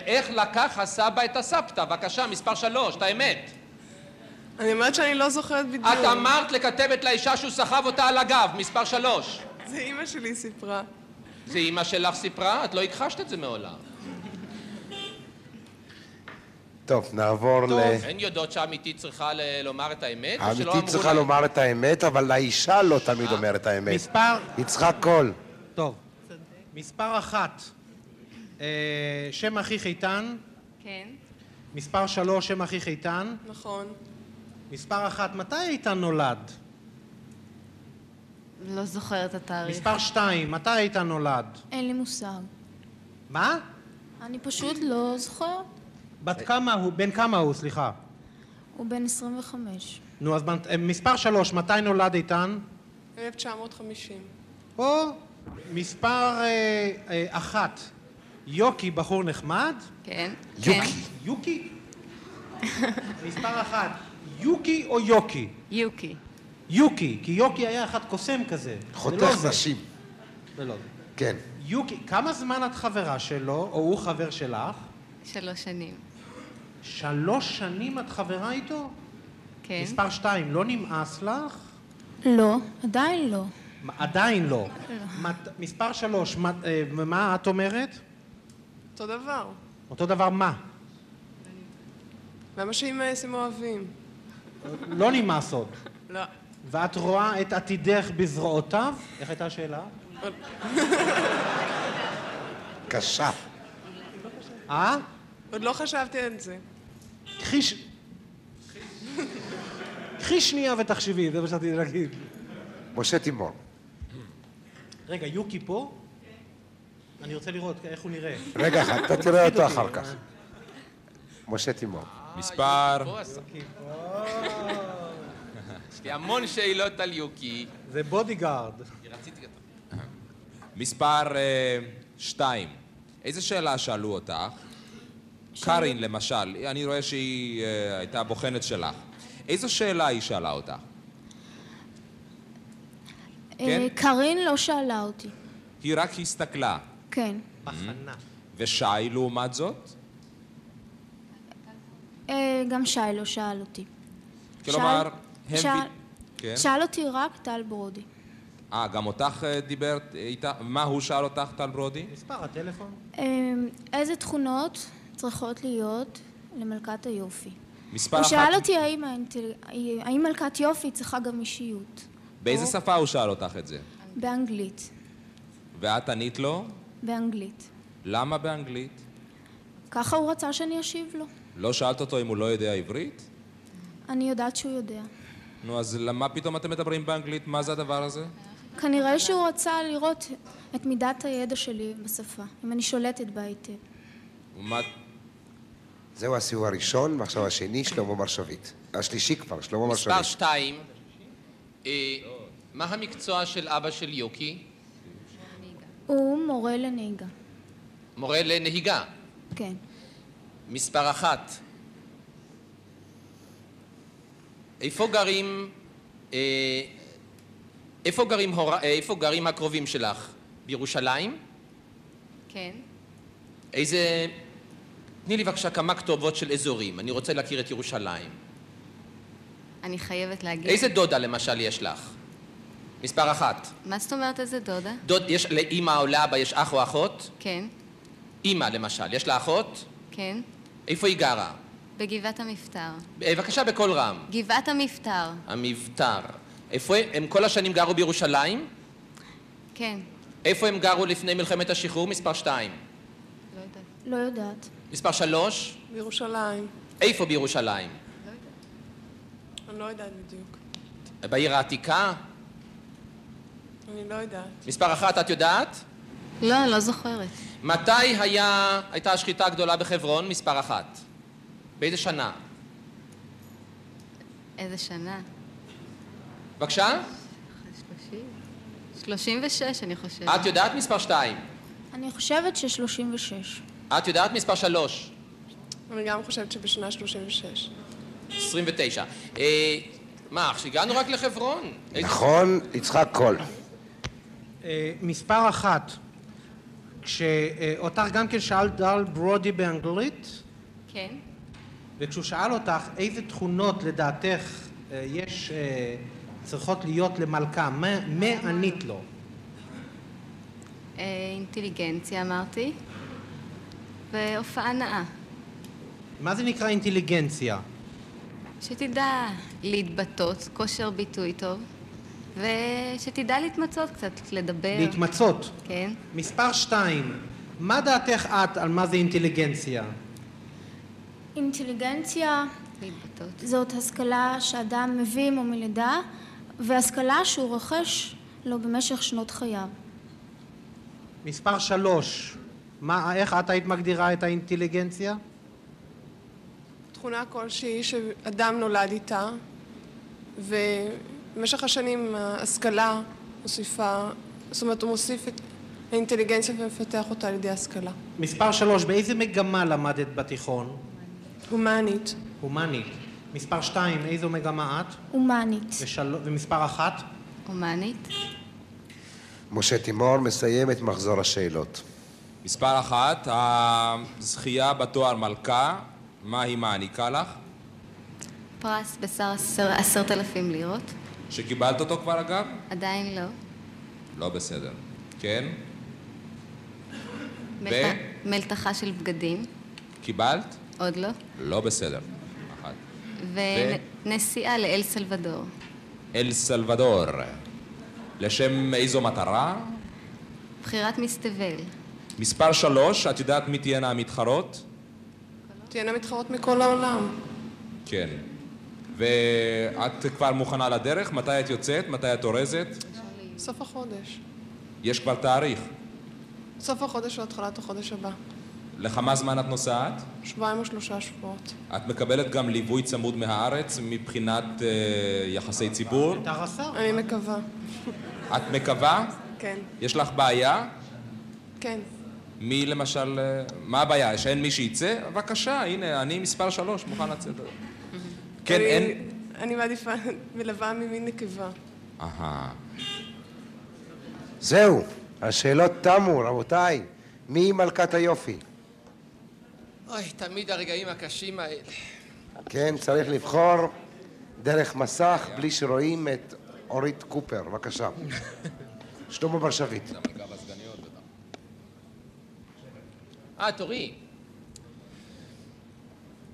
B: איך לקח הסבא את הסבתא? בבקשה, מספר שלוש, את האמת.
K: אני אומרת שאני לא זוכרת בדיוק.
B: את אמרת לכתבת לאישה שהוא סחב אותה על הגב, מספר שלוש.
K: זה אימא שלי סיפרה.
B: זה אימא שלך סיפרה? את לא הכחשת את זה מעולם.
A: טוב, נעבור ל...
B: הן יודעות שהאמיתית צריכה ל- לומר את האמת? או שלא
A: האמיתית
B: אמרו
A: צריכה
B: להן?
A: לומר את האמת, אבל האישה לא תמיד אומרת את האמת.
E: מספר-
A: היא צריכה קול.
E: טוב. מספר אחת, אה, שם אחי חייטן.
I: כן.
E: מספר שלוש, שם אחי חייטן.
K: נכון.
E: מספר אחת, מתי איתן נולד?
I: לא זוכרת את התאריך.
E: מספר שתיים, מתי איתן נולד?
J: אין לי מושג.
E: מה?
J: אני פשוט לא זוכרת.
E: בת כמה הוא, בן כמה הוא, סליחה.
J: הוא בן 25.
E: נו, אז מת- אה, מספר שלוש, מתי נולד איתן?
K: 1950.
E: או מספר אה, אה, אחת, יוקי בחור נחמד?
I: כן.
E: יוקי. יוקי? מספר אחת, יוקי או יוקי?
I: יוקי.
E: יוקי, כי יוקי היה אחד קוסם כזה. זה לא
A: חותך
E: זה.
A: נשים.
E: זה לא זה.
A: כן.
E: יוקי, כמה זמן את חברה שלו, או הוא חבר שלך?
I: שלוש שנים.
E: שלוש שנים את חברה איתו?
I: כן.
E: מספר שתיים, לא נמאס לך?
J: לא, עדיין לא.
E: מה, עדיין לא.
J: לא.
E: מת- מספר שלוש, מה- אה, מה את אומרת?
K: אותו דבר.
E: אותו דבר מה?
K: למה שאימאס הם אוהבים?
E: לא נמאס עוד.
K: לא.
E: ואת רואה את עתידך בזרועותיו? איך הייתה השאלה?
A: קשה.
E: אה?
K: עוד לא חשבתי על זה.
E: קחי ש... קחי שנייה ותחשבי, זה מה שרציתי להגיד.
A: משה תימור.
E: רגע, יוקי פה? אני רוצה לראות איך הוא נראה.
A: רגע אחד, אתה תראה אותו אחר כך. משה תימור.
F: מספר...
B: פה עשה. יש לי המון שאלות על יוקי.
E: זה בודיגארד.
B: רציתי אותה.
F: מספר אה, שתיים. איזה שאלה שאלו אותך? קארין, למשל, אני רואה שהיא אה, הייתה הבוחנת שלך. איזו שאלה היא שאלה אותך?
J: אה, קארין לא שאלה אותי.
F: היא רק הסתכלה.
J: כן.
E: בחנה.
F: Mm-hmm. ושי, לעומת זאת?
J: אה, גם שי לא שאל אותי.
F: כלומר,
J: שאל-
F: הם...
J: שאל-
F: ב- כן.
J: שאל אותי רק טל ברודי.
F: אה, גם אותך אה, דיברת איתה? מה הוא שאל אותך, טל ברודי?
E: מספר הטלפון?
J: אה, איזה תכונות צריכות להיות למלכת היופי?
F: מספר
J: הוא
F: אחת.
J: שאל אותי האם האינטל- האם מלכת יופי צריכה גם אישיות.
F: באיזה שפה הוא שאל אותך את זה?
J: באנגלית.
F: ואת ענית לו?
J: באנגלית.
F: למה באנגלית?
J: ככה הוא רצה שאני אשיב לו.
F: לא שאלת אותו אם הוא לא יודע עברית?
J: אני יודעת שהוא יודע.
F: נו, אז למה פתאום אתם מדברים באנגלית? מה זה הדבר הזה?
J: כנראה שהוא רצה לראות את מידת הידע שלי בשפה, אם אני שולטת בה היטב.
F: ומה...
A: זהו הסיבוב הראשון, ועכשיו השני, שלמה מרשבית. השלישי כבר,
B: מספר
A: שלמה מרשבית.
B: שתיים, אה, מה המקצוע של אבא של יוקי?
J: הוא מורה לנהיגה.
B: מורה לנהיגה.
J: כן.
B: מספר אחת. איפה גרים... אה, איפה גרים, הור... אה, איפה גרים הקרובים שלך? בירושלים?
I: כן.
B: איזה... תני לי בבקשה כמה כתובות של אזורים, אני רוצה להכיר את ירושלים.
I: אני חייבת להגיד.
B: איזה דודה למשל יש לך? מספר אחת.
I: מה זאת אומרת איזה דודה?
B: דוד, יש לאימא או לאבא יש אח או אחות?
I: כן.
B: אימא למשל, יש לה אחות?
I: כן.
B: איפה היא גרה?
I: בגבעת המפטר.
B: אה, בבקשה בקול רם.
I: גבעת המפטר.
B: המבטר. איפה הם? הם כל השנים גרו בירושלים?
I: כן.
B: איפה הם גרו לפני מלחמת השחרור? מספר 2.
I: לא יודעת.
J: לא יודעת.
B: מספר 3?
K: בירושלים.
B: איפה בירושלים?
K: אני לא יודעת בדיוק.
B: בעיר העתיקה?
K: אני לא יודעת.
B: מספר 1 את יודעת?
I: לא, אני לא זוכרת.
B: מתי היה, הייתה השחיטה הגדולה בחברון? מספר 1. באיזה שנה?
I: איזה שנה?
B: בבקשה?
I: שלושים? שלושים ושש, אני חושבת.
B: את יודעת מספר 2.
J: אני חושבת ש-36.
B: את יודעת מספר שלוש?
K: אני גם חושבת שבשנה 36.
B: 29. אה, מה, הגענו רק לחברון?
A: נכון, יצחק קול.
E: אה, מספר אחת, כשאותך גם כן שאל דל ברודי באנגלית,
I: כן.
E: וכשהוא שאל אותך איזה תכונות לדעתך אה, יש, אה, צריכות להיות למלכה, מה, מה ענית לו?
I: אה, אינטליגנציה אמרתי, והופעה נאה.
E: מה זה נקרא אינטליגנציה?
I: שתדע להתבטאות, כושר ביטוי טוב, ושתדע להתמצות קצת, לדבר.
E: להתמצות.
I: כן.
E: מספר שתיים, מה דעתך את על מה זה אינטליגנציה?
J: אינטליגנציה זאת השכלה שאדם מביא עמו מלידה והשכלה שהוא רוכש לו במשך שנות חייו.
E: מספר שלוש, מה, איך את היית מגדירה את האינטליגנציה?
K: תכונה כלשהי שאדם נולד איתה, ובמשך השנים ההשכלה מוסיפה, זאת אומרת, הוא מוסיף את האינטליגנציה ומפתח אותה על ידי השכלה.
E: מספר שלוש, באיזה מגמה למדת בתיכון?
K: הומנית.
E: הומנית. מספר שתיים, איזו מגמה את?
J: הומנית.
E: ושל... ומספר אחת?
I: הומנית.
A: משה תימור מסיים את מחזור השאלות.
F: מספר אחת, הזכייה בתואר מלכה, מה היא מעניקה לך?
I: פרס בסך עשר- עשרת אלפים לירות.
F: שקיבלת אותו כבר אגב?
I: עדיין לא.
F: לא בסדר. כן? ו?
I: מלת- מלתחה של בגדים.
F: קיבלת?
I: עוד לא.
F: לא בסדר. אחת.
I: ונסיעה לאל סלבדור.
F: אל סלבדור. לשם איזו מטרה?
I: בחירת מסתבל.
F: מספר שלוש, את יודעת מי תהיינה המתחרות?
K: תהיינה מתחרות מכל העולם.
F: כן. ואת כבר מוכנה לדרך? מתי את יוצאת? מתי את אורזת?
K: סוף החודש.
F: יש כבר תאריך.
K: סוף החודש או התחלת החודש הבא.
F: לכמה זמן את נוסעת?
K: שבועיים או שלושה שבועות.
F: את מקבלת גם ליווי צמוד מהארץ מבחינת אה, יחסי ציבור?
K: אני מקווה.
F: את מקווה?
K: כן,
F: יש לך בעיה?
K: כן.
F: מי למשל... אה, מה הבעיה? שאין מי שיצא? בבקשה, הנה, אני מספר שלוש, מוכן לצאת. כן,
K: אני-
F: אין...
K: אני מעדיפה מלווה ממין נקבה.
F: אהה.
A: זהו, השאלות תמו, רבותיי. מי מלכת היופי?
L: אוי, תמיד הרגעים הקשים האלה.
A: כן, צריך לבחור דרך מסך בלי שרואים את אורית קופר, בבקשה. שלמה בר שביט.
L: אה, תורי.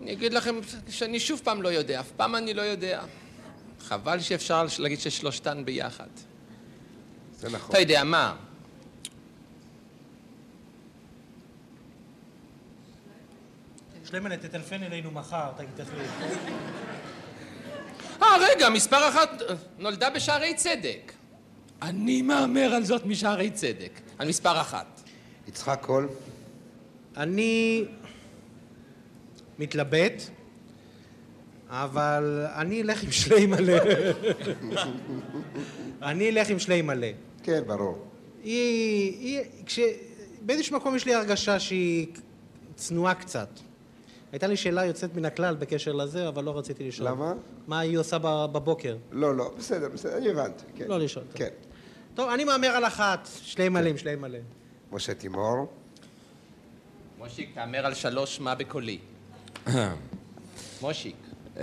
L: אני אגיד לכם שאני שוב פעם לא יודע, אף פעם אני לא יודע. חבל שאפשר להגיד ששלושתן ביחד.
A: זה נכון.
L: אתה יודע מה?
E: שלמנה, תטלפן אלינו מחר, תחליט.
L: אה, רגע, מספר אחת אה, נולדה בשערי צדק. אני מהמר על זאת משערי צדק. על מספר אחת.
A: יצחק קול.
E: אני מתלבט, אבל אני אלך עם שלי מלא. אני אלך עם שלי מלא.
A: כן, ברור.
E: היא... היא... כש... באיזשהו מקום יש לי הרגשה שהיא צנועה קצת. הייתה לי שאלה יוצאת מן הכלל בקשר לזה, אבל לא רציתי לשאול.
A: למה?
E: מה היא עושה ב- בבוקר?
A: לא, לא, בסדר, בסדר, אני הבנתי. כן.
E: לא לשאול.
A: כן.
E: טוב, אני מהמר על אחת. שלי מלא עם שלי מלא.
A: משה תימור.
L: מושיק, תהמר על שלוש מה בקולי. מושיק,
A: אמ,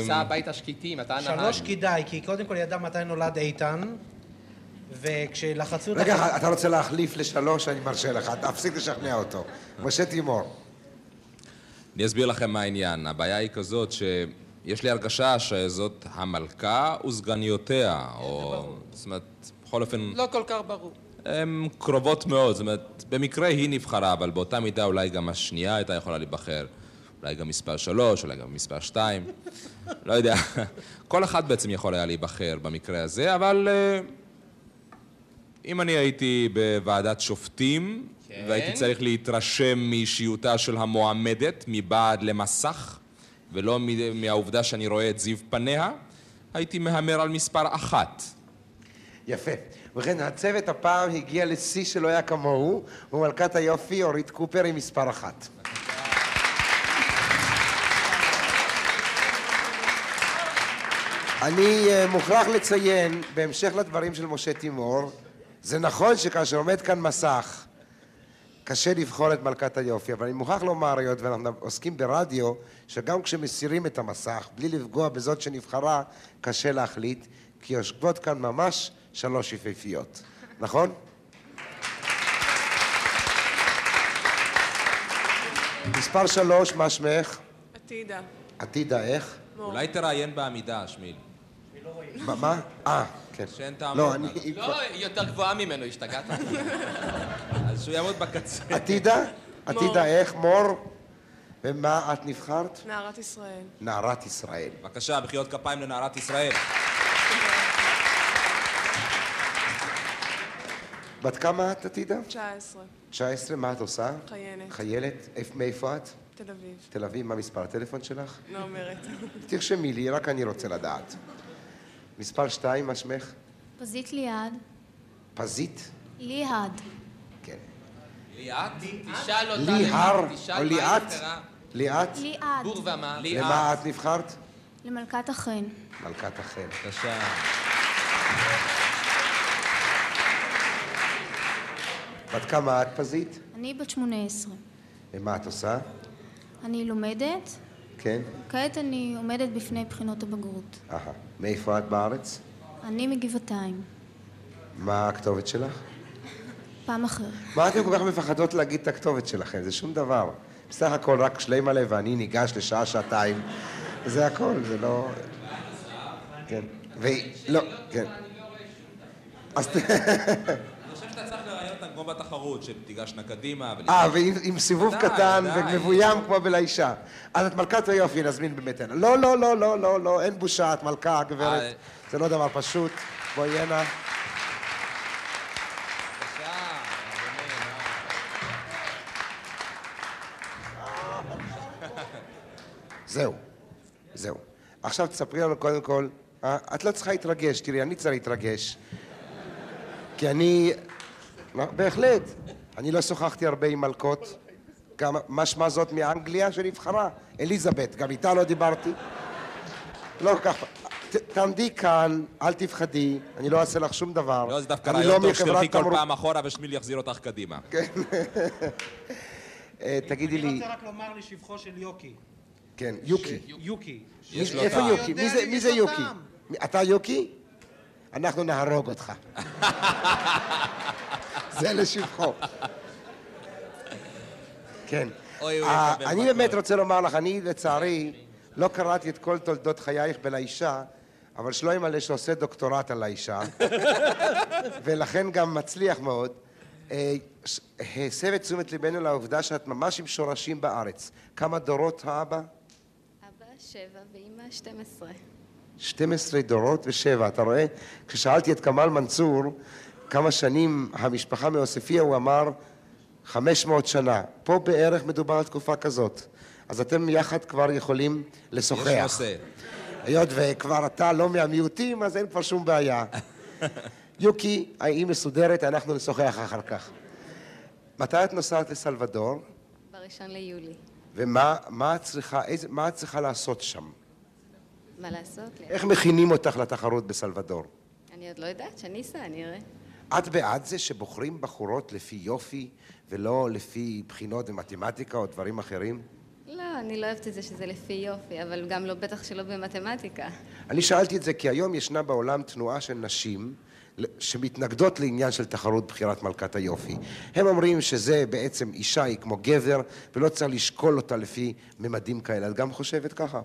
L: תיסע
F: אה,
L: הביתה שקטים, אתה הנהג.
E: שלוש כדאי, כי קודם כל ידע מתי נולד איתן, וכשלחצו את
A: רגע, אתה לא רוצה להחליף לשלוש, אני מרשה לך. תפסיק לשכנע אותו. משה תימור.
F: אני אסביר לכם מה העניין. הבעיה היא כזאת שיש לי הרגשה שזאת המלכה וסגניותיה, או... זאת אומרת, בכל אופן,
L: לא כל כך ברור.
F: הן קרובות מאוד. זאת אומרת, במקרה היא נבחרה, אבל באותה מידה אולי גם השנייה הייתה יכולה להיבחר. אולי גם מספר שלוש, אולי גם מספר שתיים. לא יודע. כל אחד בעצם יכול היה להיבחר במקרה הזה, אבל אה, אם אני הייתי בוועדת שופטים,
L: כן.
F: והייתי צריך להתרשם מאישיותה של המועמדת, מבעד למסך, ולא מ- מהעובדה שאני רואה את זיו פניה, הייתי מהמר על מספר אחת.
A: יפה. ובכן, הצוות הפעם הגיע לשיא שלא היה כמוהו, ומלכת היופי אורית קופר היא מספר אחת. אני אה, מוכרח לציין, בהמשך לדברים של משה תימור, זה נכון שכאשר עומד כאן מסך, קשה לבחור את מלכת היופי, אבל אני מוכרח לומר, היות ואנחנו עוסקים ברדיו, שגם כשמסירים את המסך, בלי לפגוע בזאת שנבחרה, קשה להחליט, כי יושבות כאן ממש שלוש יפהפיות, נכון? מספר שלוש, מה שמך?
K: עתידה.
A: עתידה, איך?
F: אולי תראיין בעמידה, שמיל.
A: מה- מה? אה, כן.
F: שאין טעם
A: לא,
F: לענות.
A: אני...
B: לא, היא יותר גבוהה ממנו, השתגעת?
F: אז שהוא יעמוד בקצה.
A: עתידה?
K: מור.
A: עתידה איך? מור? ומה את נבחרת?
K: נערת ישראל.
A: נערת ישראל.
F: בבקשה, בחיות כפיים לנערת ישראל.
A: בת כמה את עתידה?
K: 19.
A: 19, מה את עושה?
K: חיילת.
A: חיילת? איפ- מאיפה את?
K: תל אביב.
A: תל אביב, מה מספר הטלפון שלך?
K: לא אומרת.
A: תרשמי לי, רק אני רוצה לדעת. מספר 2, מה שמך?
J: פזית ליעד.
A: פזית?
J: ליעד.
B: ליאת? תשאל אותה.
A: ליהר?
B: למה- לא, תשאל
A: או
B: מה היא
A: ליאת?
B: נבחרה.
A: ליאת?
J: ליעד.
B: בור ומה?
A: למה את נבחרת?
J: למלכת החן.
A: מלכת החן.
F: בבקשה.
A: בת כמה את פזית?
J: אני בת 18.
A: ומה את עושה?
J: אני לומדת,
A: כן?
J: כעת אני עומדת בפני בחינות הבגרות.
A: אהה. מאיפה את בארץ?
J: אני מגבעתיים.
A: מה הכתובת שלך?
J: פעם אחרת.
A: מה אתן כל כך מפחדות להגיד את הכתובת שלכם? זה שום דבר. בסך הכל רק שלימלה ואני ניגש לשעה-שעתיים. זה הכל, זה לא... כן. ו... לא, כן. אז... ת-
F: אני חושב שאתה צריך לראיין אותם כמו בתחרות, שתיגשנה קדימה. ול-
A: אה, ועם עם סיבוב
F: די,
A: קטן
F: די.
A: ומבוים כמו בלאישה. אז את מלכת היופי, נזמין באמת. הנה. לא, לא, לא, לא, לא, לא, אין בושה, את מלכה,
F: אה.
A: גברת. זה לא דבר פשוט. בואי הנה. אה, זהו. זהו. עכשיו תספרי לנו קודם כל, אה, את לא צריכה להתרגש, תראי, אני צריך להתרגש. כי אני... לא, בהחלט. אני לא שוחחתי הרבה עם מלכות. גם משמע זאת מאנגליה שנבחרה, אליזבת, גם איתה לא דיברתי. לא כל כך... ת- תעמדי כאן, אל תפחדי, אני לא אעשה לך שום דבר.
F: לא, זה דווקא
A: אני
F: רעיון
A: לא
F: טוב שתלכי
A: מחברת
F: כל
A: תמרוק. כן.
F: פעם אחורה ושמיל יחזיר אותך קדימה.
A: אה, תגידי
E: אני
A: לי,
E: רוצה רק לומר לשבחו של יוקי.
A: כן, יוקי.
E: יוקי.
F: יש לו
A: איפה
F: טעם.
A: יוקי? מי זה-
E: אני
A: מי
E: יש
A: זה
E: לו
A: יוקי?
E: טעם.
A: אתה יוקי? אנחנו נהרוג אותך. זה לשבחו. כן.
F: אוי, הוא
A: אה,
F: יקבל
A: אני
F: מכות.
A: באמת רוצה לומר לך, אני לצערי לא קראתי את כל תולדות חייך בלאישה, אבל שלא ימלא שעושה דוקטורט על האישה, ולכן גם מצליח מאוד. אה, ש- הסב את תשומת ליבנו לעובדה שאת ממש עם שורשים בארץ. כמה דורות האבא?
I: אבא שבע ואימא 12.
A: 12 דורות ושבע, אתה רואה? כששאלתי את כמאל מנצור כמה שנים המשפחה מעוספיא, הוא אמר 500 שנה. פה בערך מדובר על תקופה כזאת. אז אתם יחד כבר יכולים לשוחח.
F: יש נושא.
A: היות וכבר אתה לא מהמיעוטים, אז אין כבר שום בעיה. יוקי, היא מסודרת, אנחנו נשוחח אחר כך. מתי את נוסעת לסלבדור,
I: בראשון ליולי.
A: ומה מה את, צריכה, איזה, מה את צריכה לעשות שם?
I: מה לעשות? לי?
A: איך מכינים אותך לתחרות בסלבדור?
I: אני עוד לא יודעת, שאני אסע, אני אראה.
A: את בעד זה שבוחרים בחורות לפי יופי ולא לפי בחינות ומתמטיקה או דברים אחרים?
I: לא, אני לא אוהבת את זה שזה לפי יופי, אבל גם לא, בטח שלא במתמטיקה.
A: אני שאלתי את זה כי היום ישנה בעולם תנועה של נשים ל- שמתנגדות לעניין של תחרות בחירת מלכת היופי. הם אומרים שזה בעצם אישה היא כמו גבר ולא צריך לשקול אותה לפי ממדים כאלה. את גם חושבת ככה?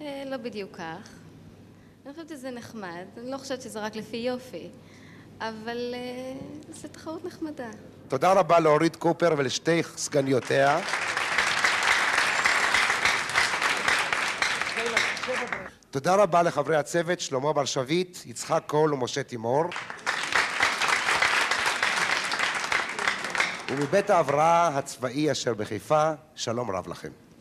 I: אה, לא בדיוק כך. אני חושבת שזה נחמד, אני לא חושבת שזה רק לפי יופי, אבל אה, זו תחרות נחמדה.
A: תודה רבה לאורית קופר ולשתי סגניותיה. תודה רבה לחברי הצוות, שלמה בר שביט, יצחק קול ומשה תימור. ומבית ההבראה הצבאי אשר בחיפה, שלום רב לכם.